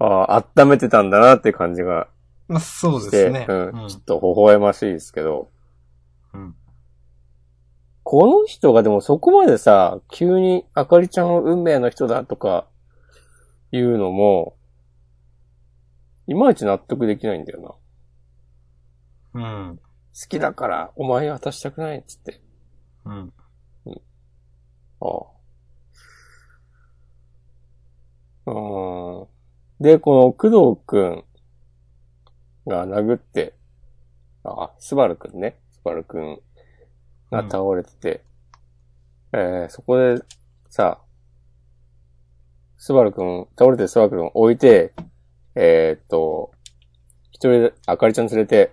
Speaker 1: ああ、温めてたんだなって感じが
Speaker 2: まあ、そう
Speaker 1: し
Speaker 2: で
Speaker 1: て、
Speaker 2: すね。
Speaker 1: うん、ちょっと微笑ましいですけど、
Speaker 2: うん
Speaker 1: この人がでもそこまでさ、急にあかりちゃんは運命の人だとか、いうのも、いまいち納得できないんだよな。好
Speaker 2: うん。
Speaker 1: きだから、お前に渡したくないっつって。
Speaker 2: うん。
Speaker 1: ああ。うーん。で、この工藤くんが殴って、あ、スバルくんね。スバルくんが倒れてて、えー、そこでさ、スバルくん、倒れてるスバルくんを置いて、えー、っと、一人で、あかりちゃん連れて、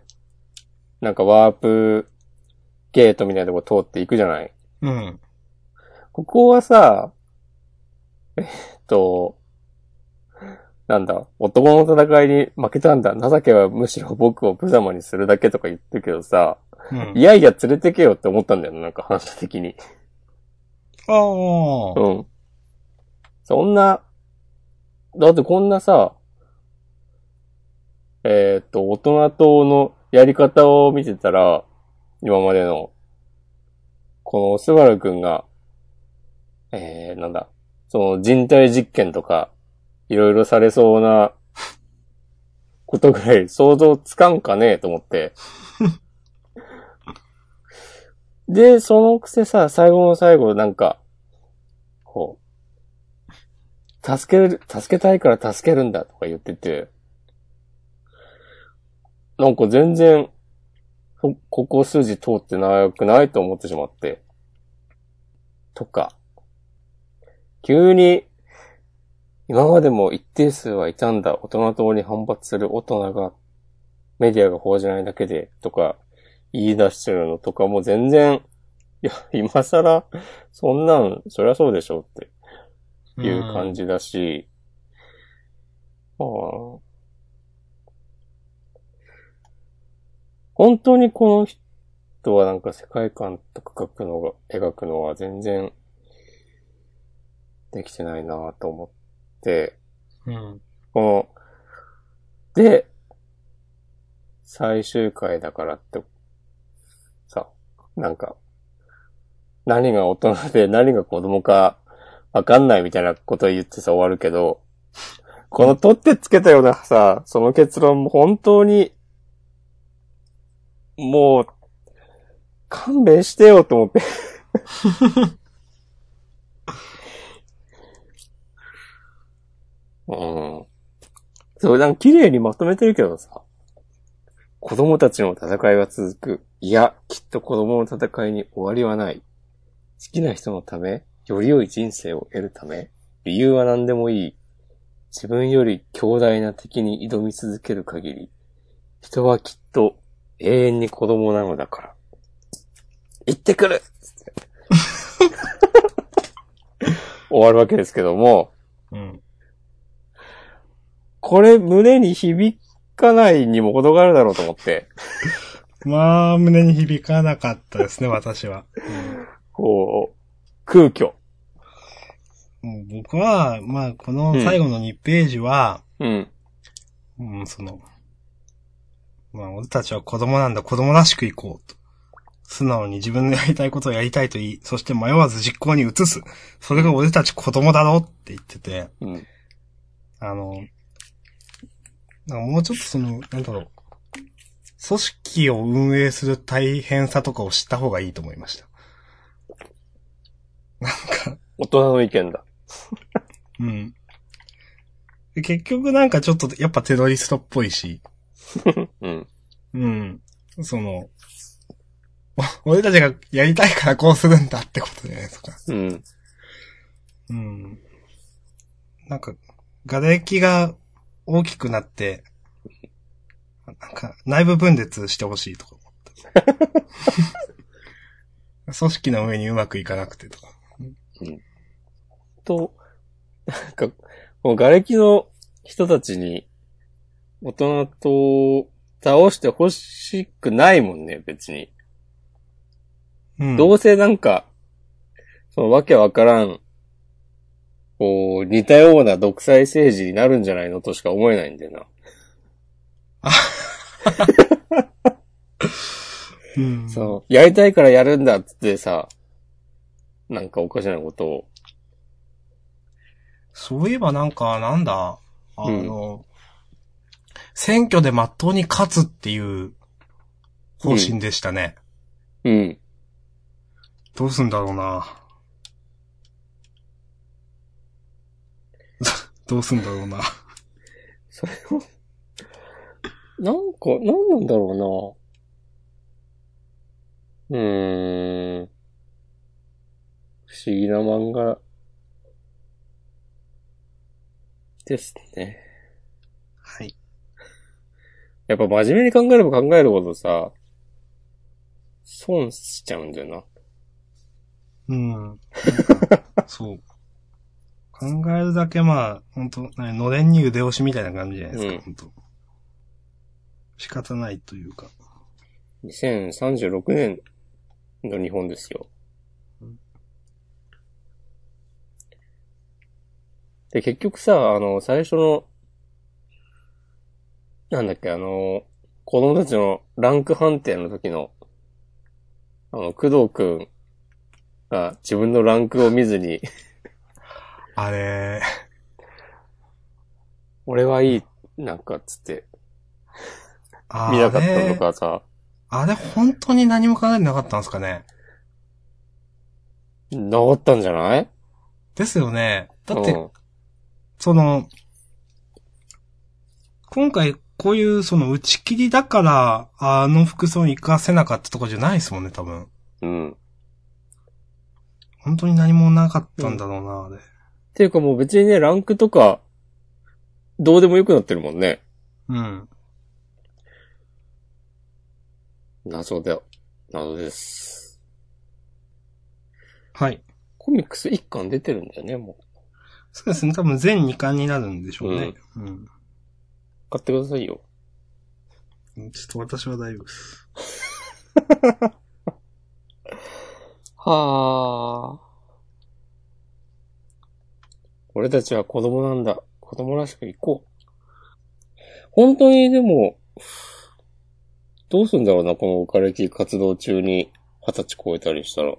Speaker 1: なんかワープゲートみたいなとこ通っていくじゃない
Speaker 2: うん。
Speaker 1: ここはさ、えっと、なんだ、男の戦いに負けたんだ。情けはむしろ僕を無様にするだけとか言ってるけどさ、
Speaker 2: うん。
Speaker 1: いやいや連れてけよって思ったんだよな、なんか反射的に。
Speaker 2: ああ。
Speaker 1: うん。そんな、だってこんなさ、えっと、大人党のやり方を見てたら、今までの、このスバルくんが、えー、なんだ、その人体実験とか、いろいろされそうな、ことぐらい想像つかんかねえと思 って。で、そのくせさ、最後の最後、なんか、こう、助ける、助けたいから助けるんだとか言ってて、なんか全然、こここ筋通ってなくないと思ってしまって。とか、急に、今までも一定数はいたんだ、大人党に反発する大人が、メディアが報じないだけで、とか、言い出してるのとかも全然、いや、今更、そんなん、そりゃそうでしょうっ
Speaker 2: う
Speaker 1: ていう感
Speaker 2: じ。
Speaker 1: じだし、ああ本当にこの人はなんか世界観とか描くのが、描くのは全然できてないなぁと思って、
Speaker 2: うん。
Speaker 1: この、で、最終回だからって、さ、なんか、何が大人で何が子供かわかんないみたいなこと言ってさ終わるけど、この取ってつけたようなさ、その結論も本当に、もう、勘弁してよと思って。うん。そう、なんか綺麗にまとめてるけどさ。子供たちの戦いは続く。いや、きっと子供の戦いに終わりはない。好きな人のため、より良い人生を得るため、理由は何でもいい。自分より強大な敵に挑み続ける限り、人はきっと永遠に子供なのだから。行ってくる終わるわけですけども、
Speaker 2: うん。
Speaker 1: これ胸に響かないにも程があるだろうと思って、
Speaker 2: まあ、胸に響かなかったですね、私は。
Speaker 1: こう、空虚。
Speaker 2: もう僕は、まあ、この最後の2ページは、
Speaker 1: うん。
Speaker 2: うん、その、まあ、俺たちは子供なんだ、子供らしく行こうと。素直に自分のやりたいことをやりたいと言い、そして迷わず実行に移す。それが俺たち子供だろうって言ってて、
Speaker 1: うん。
Speaker 2: あの、なんかもうちょっとその、なんだろう、組織を運営する大変さとかを知った方がいいと思いました。
Speaker 1: 大人の意見だ。
Speaker 2: うん。で結局なんかちょっとやっぱテロリストっぽいし、
Speaker 1: うん。
Speaker 2: うん。その、 お俺たちがやりたいからこうするんだってことじゃないですか。
Speaker 1: うん。
Speaker 2: うん。なんか、瓦礫が大きくなって、なんか、内部分裂してほしいとか 思った。組織の上にうまくいかなくてとか。
Speaker 1: と、なんか、この瓦礫の人たちに、大人と倒してほしくないもんね、別に。
Speaker 2: うん。
Speaker 1: どうせなんか、そのわけわからん、こう、似たような独裁政治になるんじゃないのとしか思えないんだよな。
Speaker 2: うん、
Speaker 1: そう。やりたいからやるんだっつってさ、なんかおかしなことを。
Speaker 2: そういえばなんか、なんだ、あの、選挙で真っ当に勝つっていう方針でしたね。
Speaker 1: うん。
Speaker 2: どうすんだろうな。 どうすんだろうな。
Speaker 1: それを、なんか、なんなんだろうな。うーん。不思議な漫画ですね。
Speaker 2: はい。
Speaker 1: やっぱ真面目に考えれば考えるほどさ、損しちゃうんだよな。
Speaker 2: うん。なん かそう。考えるだけまあ、本当のれんに腕押しみたいな感じじゃないですか、
Speaker 1: うん
Speaker 2: 本当仕方ないというか。
Speaker 1: 2036年の日本ですよ
Speaker 2: うん。
Speaker 1: で、結局さ、あの、最初の、なんだっけ、あの、子供たちのランク判定の時の、あの、工藤くんが自分のランクを見ず に、
Speaker 2: あれ、
Speaker 1: 俺はいい、なんかっつって、
Speaker 2: あ
Speaker 1: 見なかったの
Speaker 2: れ、
Speaker 1: かさ、
Speaker 2: あれ本当に何も考えてなかったんですかね。
Speaker 1: なかったんじゃない
Speaker 2: ですよね。だって、
Speaker 1: うん
Speaker 2: その、今回こういうその打ち切りだから、あの服装に活かせなかったとかじゃないですもんね、多分。
Speaker 1: うん。っ
Speaker 2: 本当に何もなかったんだろうな、あれ。
Speaker 1: ていうかもう別にね、ランクとか、どうでもよくなってるもんね。
Speaker 2: うん。
Speaker 1: 謎だよ。謎です。
Speaker 2: はい。
Speaker 1: コミックス1巻出てるんだよね、もう。
Speaker 2: そうですね、多分全2巻になるんでしょうね。うん。
Speaker 1: 買ってくださいよ。
Speaker 2: ちょっと私は大丈夫です。
Speaker 1: はあ。俺たちは子供なんだ。子供らしく行こう。本当にでも、どうすんだろうな、このオカルティ活動中に二十歳超えたりしたら。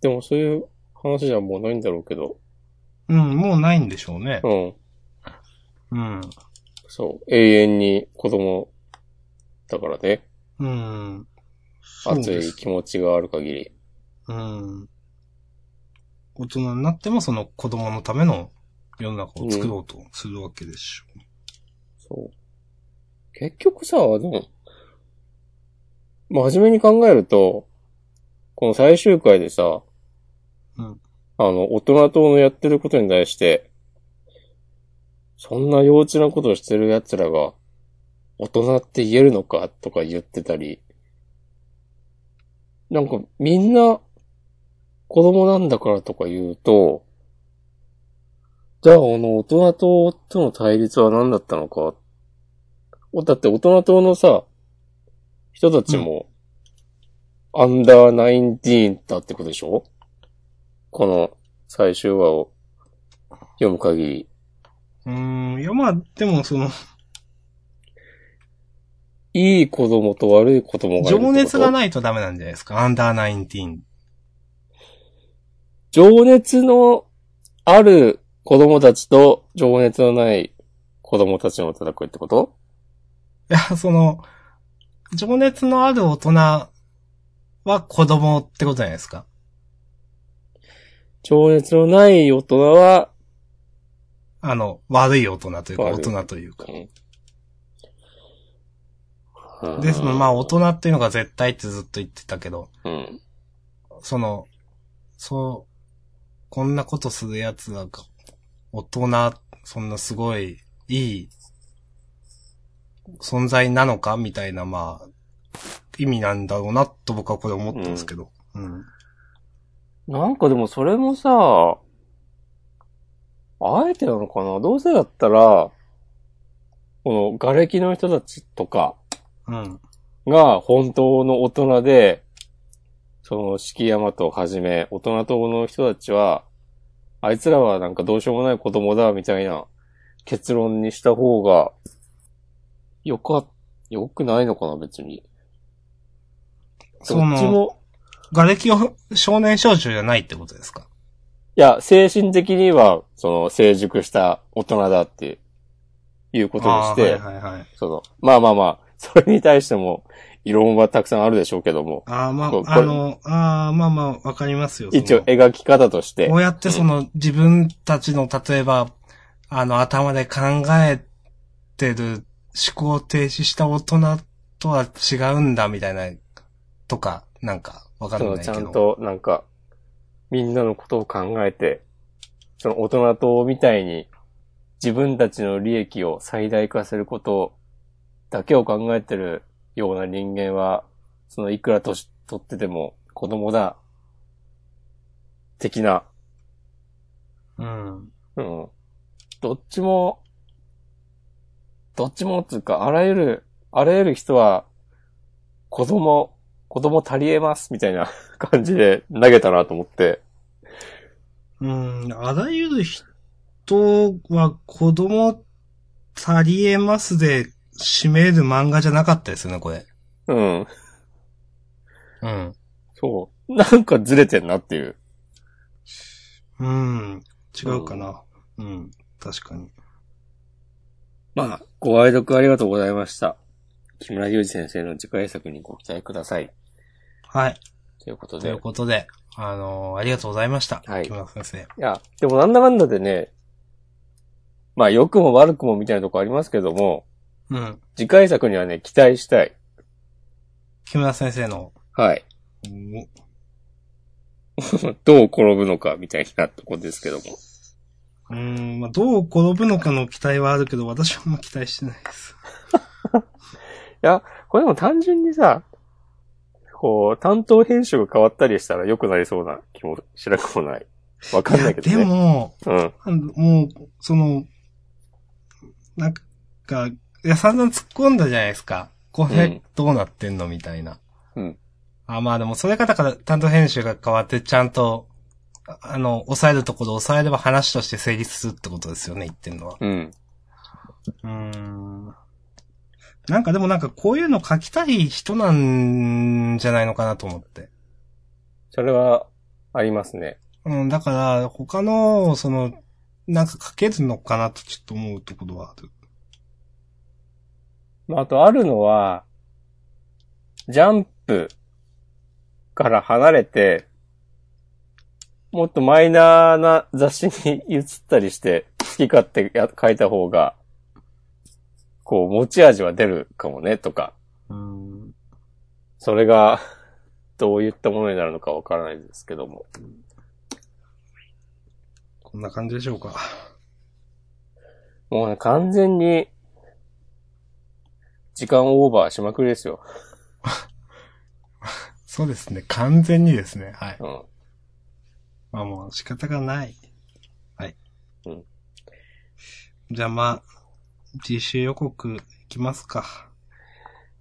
Speaker 1: でもそういう話じゃもうないんだろうけど。
Speaker 2: うん、もうないんでしょうね。
Speaker 1: うん。
Speaker 2: うん。
Speaker 1: そう。永遠に子供だからね。
Speaker 2: うん。そう
Speaker 1: 熱
Speaker 2: で
Speaker 1: い
Speaker 2: す。
Speaker 1: 気持ちがある限り。
Speaker 2: うん。大人になってもその子供のための世の中を作ろうとするわけでしょ
Speaker 1: そう。結局さ、でも、真面目に考えると、この最終回でさ、
Speaker 2: うん
Speaker 1: あの、大人党のやってることに対して、そんな幼稚なことをしてる奴らが、大人って言えるのかとか言ってたり、なんかみんな、子供なんだからとか言うと、じゃあ、あの、大人党との対立は何だったのかおだって大人党のさ、人たちも、アンダーナインティーンだってことでしょこの最終話を読む限り。
Speaker 2: う。うん。いや、まあ、でもその、
Speaker 1: いい子供と悪い子供がいるってこと
Speaker 2: 情熱がないとダメなんじゃないですか。アンダーナインティーン。
Speaker 1: 情熱のある子供たちと情熱のない子供たちの戦いってこと
Speaker 2: いや、その、情熱のある大人は子供ってことじゃないですか。
Speaker 1: 情熱のない大人は、
Speaker 2: あの、悪い大人というか、
Speaker 1: 悪い
Speaker 2: 大人というか。
Speaker 1: うんうん
Speaker 2: で、その、まあ、大人っていうのが絶対ってずっと言ってたけど、
Speaker 1: うん。
Speaker 2: その、そう、こんなことするやつが、大人、そんなすごい、いい、存在なのかみたいな、まあ、意味なんだろうな、と僕はこれ思ったんですけど。うん。
Speaker 1: なんかでもそれもさ、あえてなのかなどうせだったら、この瓦礫の人たちとか
Speaker 2: うん。
Speaker 1: が本当の大人で、その四季山とはじめ、大人党の人たちは、あいつらはなんかどうしようもない子供だ、みたいな結論にした方が、よかっ、よくないのかな別に。
Speaker 2: そ
Speaker 1: どっち
Speaker 2: の、
Speaker 1: も、
Speaker 2: 瓦礫を少年少女じゃないってことですか
Speaker 1: いや、精神的には、その、成熟した大人だって、いうことにして、
Speaker 2: あーはいはいはい。
Speaker 1: その、まあまあまあ、それに対しても、異論はたくさんあるでしょうけども、
Speaker 2: ああ、ま
Speaker 1: こうこ
Speaker 2: あ、
Speaker 1: れ
Speaker 2: あの、ああ、まあまあ、わかりますよ。その
Speaker 1: 一応描き方として
Speaker 2: こ、うやってその自分たちの例えば、あの頭で考えてる思考停止した大人とは違うんだみたいな、とか、なんかわか
Speaker 1: そ
Speaker 2: ん
Speaker 1: の
Speaker 2: ない
Speaker 1: ち
Speaker 2: け
Speaker 1: ゃん
Speaker 2: ど。
Speaker 1: と、なんか、みんなのことを考えて、その大人とみたいに、自分たちの利益を最大化することだけを考えてるような人間は、そのいくら年取ってても子供だ、的な、
Speaker 2: うん。
Speaker 1: うん。どっちも、どっちもっていうか、あらゆる、あらゆる人は、子供、子供足りえます、みたいな 感じで投げたなと思って。
Speaker 2: うん、あらゆる人は子供足りえますで締める漫画じゃなかったですよね、これ。
Speaker 1: うん。
Speaker 2: うん。
Speaker 1: そう。なんかずれてんなっていう。
Speaker 2: うん。違うかな。うん。確かに。
Speaker 1: まあ、ご愛読ありがとうございました。木村祐二先生の次回作にご期待ください。
Speaker 2: はい。
Speaker 1: ということ
Speaker 2: と
Speaker 1: で。
Speaker 2: い
Speaker 1: いう
Speaker 2: ことで、あのーありがとうございました。
Speaker 1: はい
Speaker 2: 木村先生。
Speaker 1: や、でもなんだかんだでね、まあ、良くも悪くもみたいなとこありますけども、
Speaker 2: うん。
Speaker 1: 次回作にはね、期待したい。
Speaker 2: 木村先生の、
Speaker 1: はい。
Speaker 2: うん
Speaker 1: どう転ぶのかみたいなとこですけども。
Speaker 2: うーん、まあ、どう転ぶのかの期待はあるけど、私はあんま期待してないです。
Speaker 1: これでも単純にさ、こう、担当編集が変わったりしたら良くなりそうな気もしなくもない。わかんないけど
Speaker 2: いやで
Speaker 1: ね。
Speaker 2: も、
Speaker 1: うん。
Speaker 2: あのもう、その、なんか、いや、散々突っ込んだじゃないですか。こ
Speaker 1: う
Speaker 2: れ
Speaker 1: ん
Speaker 2: どうなってんのみたいな。
Speaker 1: うん。
Speaker 2: あ、まあでも、それがだから担当編集が変わって、ちゃんと、ああの、抑えるところ抑えれば話として成立するってことですよね、言ってるのは。
Speaker 1: うん。
Speaker 2: うーんなんかでもなんかこういうの書きたい人なんじゃないのかなと思って。
Speaker 1: それは、ありますね。
Speaker 2: うん、だから他の、その、なんか書けるのかなとちょっと思うところはある。
Speaker 1: まあ、あとあるのは、ジャンプから離れて、もっとマイナーな雑誌に移ったりして、好き勝手や書いた方が、こう、持ち味は出るかもね、とか。
Speaker 2: うん。
Speaker 1: それが、どういったものになるのかわからないですけども。
Speaker 2: こんな感じでしょうか。
Speaker 1: もうね、完全に、時間オーバーしまくりですよ。
Speaker 2: そうですね。完全にですね。はい。
Speaker 1: うん。
Speaker 2: まあもう仕方がない。はい。
Speaker 1: うん。
Speaker 2: じゃあまあ、次週予告いきますか。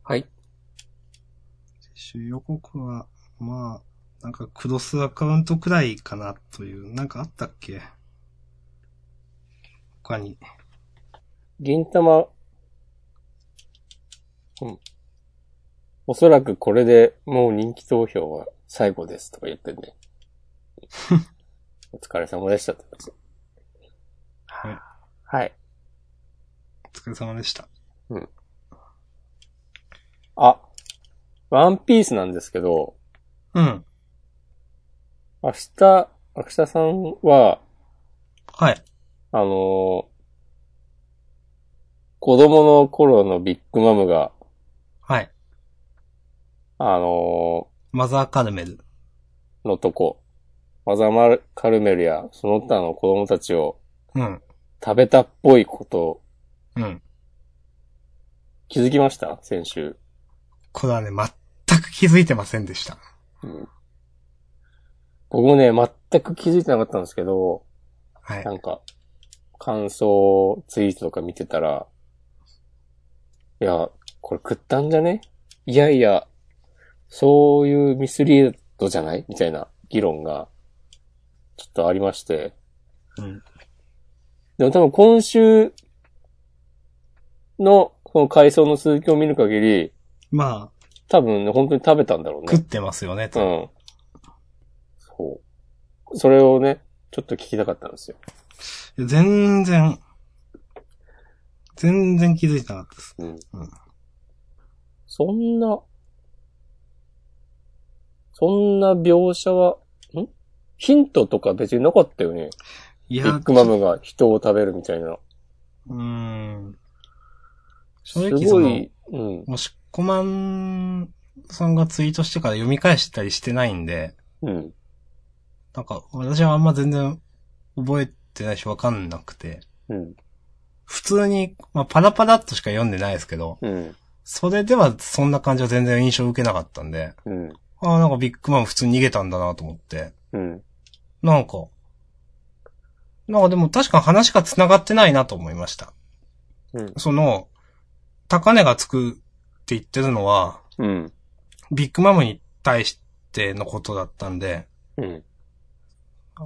Speaker 1: はい。
Speaker 2: 週予告は、まあ、なんかクロスアカウントくらいかなという、なんかあったっけ他に。
Speaker 1: 銀玉、うん。おそらくこれでもう人気投票は最後ですとか言って ね。お疲れ様でしたってこと
Speaker 2: はい。
Speaker 1: はい。
Speaker 2: お疲れ様でした。
Speaker 1: あ、ワンピースなんですけど、
Speaker 2: うん。
Speaker 1: 明日、明日さんは、
Speaker 2: はい。
Speaker 1: あのー子供の頃のビッグマムが
Speaker 2: はい。
Speaker 1: あの
Speaker 2: マザーカルメル。
Speaker 1: ーのとこ、マザマルカルメルやその他の子供たちを
Speaker 2: うん。
Speaker 1: 食べたっぽいこと
Speaker 2: うん。
Speaker 1: 気づきました先週。
Speaker 2: これはね、全く気づいてませんでした。
Speaker 1: 僕もね、全く気づいてなかったんですけど、
Speaker 2: はい
Speaker 1: な。んか、感想ツイートとか見てたら、いや、これ食ったんじゃねいやいや、そういうミスリードじゃないみたいな議論が、ちょっとありまして。
Speaker 2: うん。
Speaker 1: でも多分今週の、この回想の続きを見る限り、
Speaker 2: まあ、
Speaker 1: 多分ね、本当に食べたんだろうね。
Speaker 2: 食ってますよね、
Speaker 1: う
Speaker 2: と。
Speaker 1: ん。そう。それをね、ちょっと聞きたかったんですよ。
Speaker 2: いや全然、全然気づいてなかったです。
Speaker 1: うん
Speaker 2: うん。
Speaker 1: そんな、そんな描写は、んヒントとか別になかったよね。
Speaker 2: い
Speaker 1: ビ
Speaker 2: や、
Speaker 1: ッグマムが人を食べるみたいな。
Speaker 2: うーん。
Speaker 1: す
Speaker 2: 正直そ
Speaker 1: ご
Speaker 2: の、
Speaker 1: い、うん、
Speaker 2: もしこまんさんがツイートしてから読み返したりしてないんで、
Speaker 1: うん。
Speaker 2: なんか私はあんま全然覚えてないしわかんなくて、
Speaker 1: うん、
Speaker 2: 普通に、まあ、パラパラっとしか読んでないですけど、
Speaker 1: うん、
Speaker 2: それではそんな感じは全然印象受けなかったんで、
Speaker 1: うん、
Speaker 2: ああ、なんかビッグマン普通に逃げたんだなと思って、
Speaker 1: うん。
Speaker 2: なんか、なんかでも確か話が繋がってないなと思いました。
Speaker 1: うん
Speaker 2: その、高値がつくって言ってるのは、
Speaker 1: うん、
Speaker 2: ビッグマムに対してのことだったんで、
Speaker 1: うん、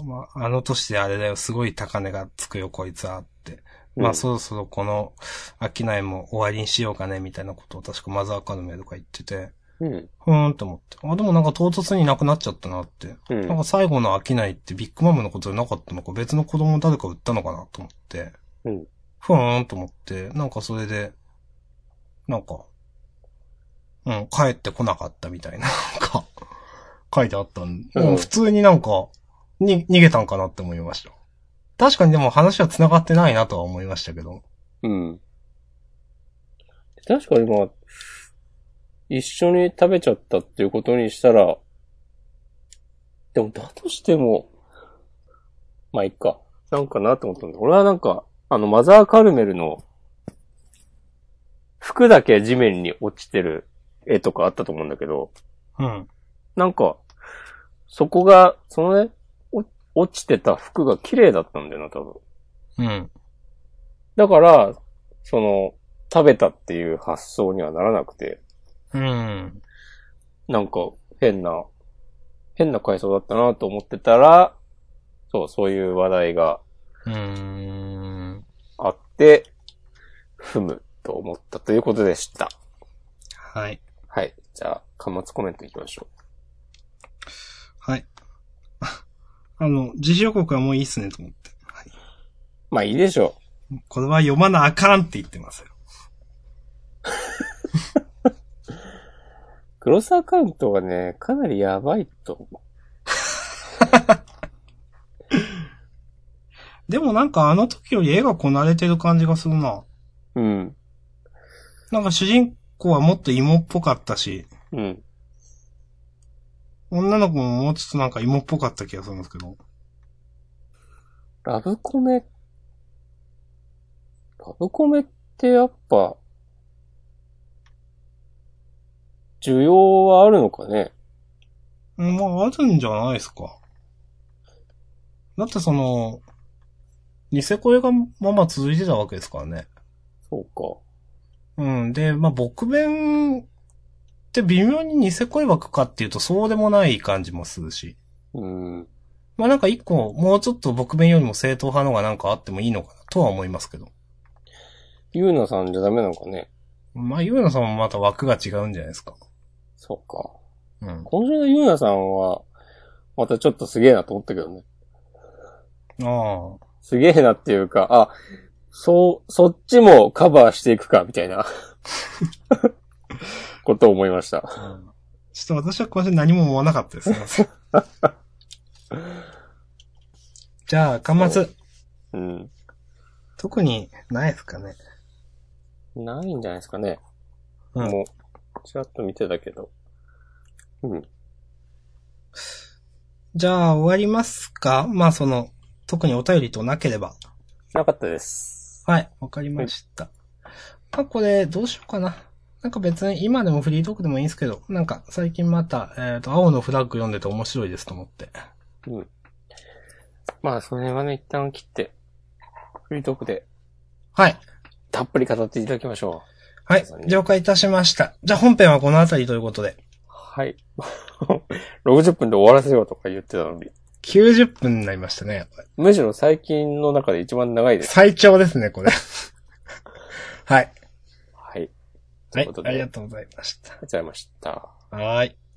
Speaker 2: まあ、あの年であれだよ、すごい高値がつくよ、こいつはって。ま
Speaker 1: う
Speaker 2: あ、
Speaker 1: ん
Speaker 2: そろそろこの、商いも終わりにしようかね、みたいなことを確かマザーカルメとか言ってて、
Speaker 1: うん、
Speaker 2: ふーんって思って。あ、でもなんか唐突になくなっちゃったなって。
Speaker 1: う
Speaker 2: なん
Speaker 1: ん
Speaker 2: か、最後の商いってビッグマムのことじゃなかったのか、別の子供誰か売ったのかなと思って。
Speaker 1: うん
Speaker 2: ふーんと思って、なんかそれで、なんか、うん、帰ってこなかったみたいな、なんか、書いてあったんで、
Speaker 1: うん
Speaker 2: 普通になんか、に、逃げたんかなって思いました。確かにでも話は繋がってないなとは思いましたけど。
Speaker 1: うん。確か今、一緒に食べちゃったっていうことにしたら、でもだとしても、まあ、いっか。なんかなと思ったんだ。俺はなんか、あの、マザーカルメルの、服だけ地面に落ちてる絵とかあったと思うんだけど、
Speaker 2: うん。
Speaker 1: なんか、そこが、そのね、お落ちてた服が綺麗だったんだよな、多分。
Speaker 2: うん。
Speaker 1: だから、その、食べたっていう発想にはならなくて、
Speaker 2: うん。
Speaker 1: なんか変な、変な回想だったなと思ってたら、そう、そういう話題が
Speaker 2: うーん。
Speaker 1: あって、ふむと思ったということでした。
Speaker 2: はい。
Speaker 1: はい。じゃあ、端末コメントいきましょ
Speaker 2: はい。あの、自主予告はもういいっすねと思って。はい。
Speaker 1: う。まあいいでしょ
Speaker 2: これは読まなあかんって言ってますよ。
Speaker 1: う。クロスアカウントがね、かなりやばいと思う。
Speaker 2: でもなんかあの時より絵がこなれてる感じがするな。
Speaker 1: うん。
Speaker 2: なんか主人公はもっと芋っぽかったし、
Speaker 1: うん。
Speaker 2: 女の子ももうちょっとなんか芋っぽかった気がするんですけど。
Speaker 1: ラブコメ、ラブコメってやっぱ、需要はあるのかね
Speaker 2: うんまああるんじゃないですか。だってその、ニセ恋がまあまあ続いてたわけですからね。
Speaker 1: そう
Speaker 2: うん。で、まあ僕弁って微妙にニセ恋枠かっていうとそうでもない感じもするし。
Speaker 1: か。うん。
Speaker 2: まあなんか一個、もうちょっと僕弁よりも正統派のがなんかあってもいいのかなとは思いますけど。
Speaker 1: ゆうなさんじゃダメなのかね
Speaker 2: まあ、ゆうなさんもまた枠が違うんじゃないですか。
Speaker 1: そうか。
Speaker 2: うん。
Speaker 1: 今週のゆうなさんは、またちょっとすげえなと思ったけどね。
Speaker 2: ああ。
Speaker 1: すげえなっていうか、あ、そう、そっちもカバーしていくか、みたいな、ことを思いました。
Speaker 2: ちょっと私は今週何も思わなかったです。すいません じゃあ、巻末。
Speaker 1: うん。
Speaker 2: 特にないですかね。
Speaker 1: ないんじゃないですかね。
Speaker 2: うん
Speaker 1: もちらっと見てたけど。うん。
Speaker 2: じゃあ、終わりますかまあ、その、特にお便りとなければ。
Speaker 1: なかったです。
Speaker 2: はい、わかりました。まあ、これ、どうしようかな。なんか別に今でもフリートークでもいいんですけど、なんか最近また、えっ、と、青のフラッグ読んでて面白いですと思って。
Speaker 1: うん。まあ、それはね、一旦切って、フリートークで
Speaker 2: はい。
Speaker 1: たっぷり語っていただきましょう。
Speaker 2: はい、了解いたしました。じゃあ本編はこのあたりということで、
Speaker 1: はい。60分で終わらせようとか言ってたのに。
Speaker 2: 90分になりましたね。
Speaker 1: むしろ最近の中で一番長いです。
Speaker 2: 最長ですね、こ れ。はい。
Speaker 1: はい。
Speaker 2: は
Speaker 1: という
Speaker 2: い
Speaker 1: こと、で
Speaker 2: ありがとうございまし
Speaker 1: ありがとうございました。
Speaker 2: た。はーい。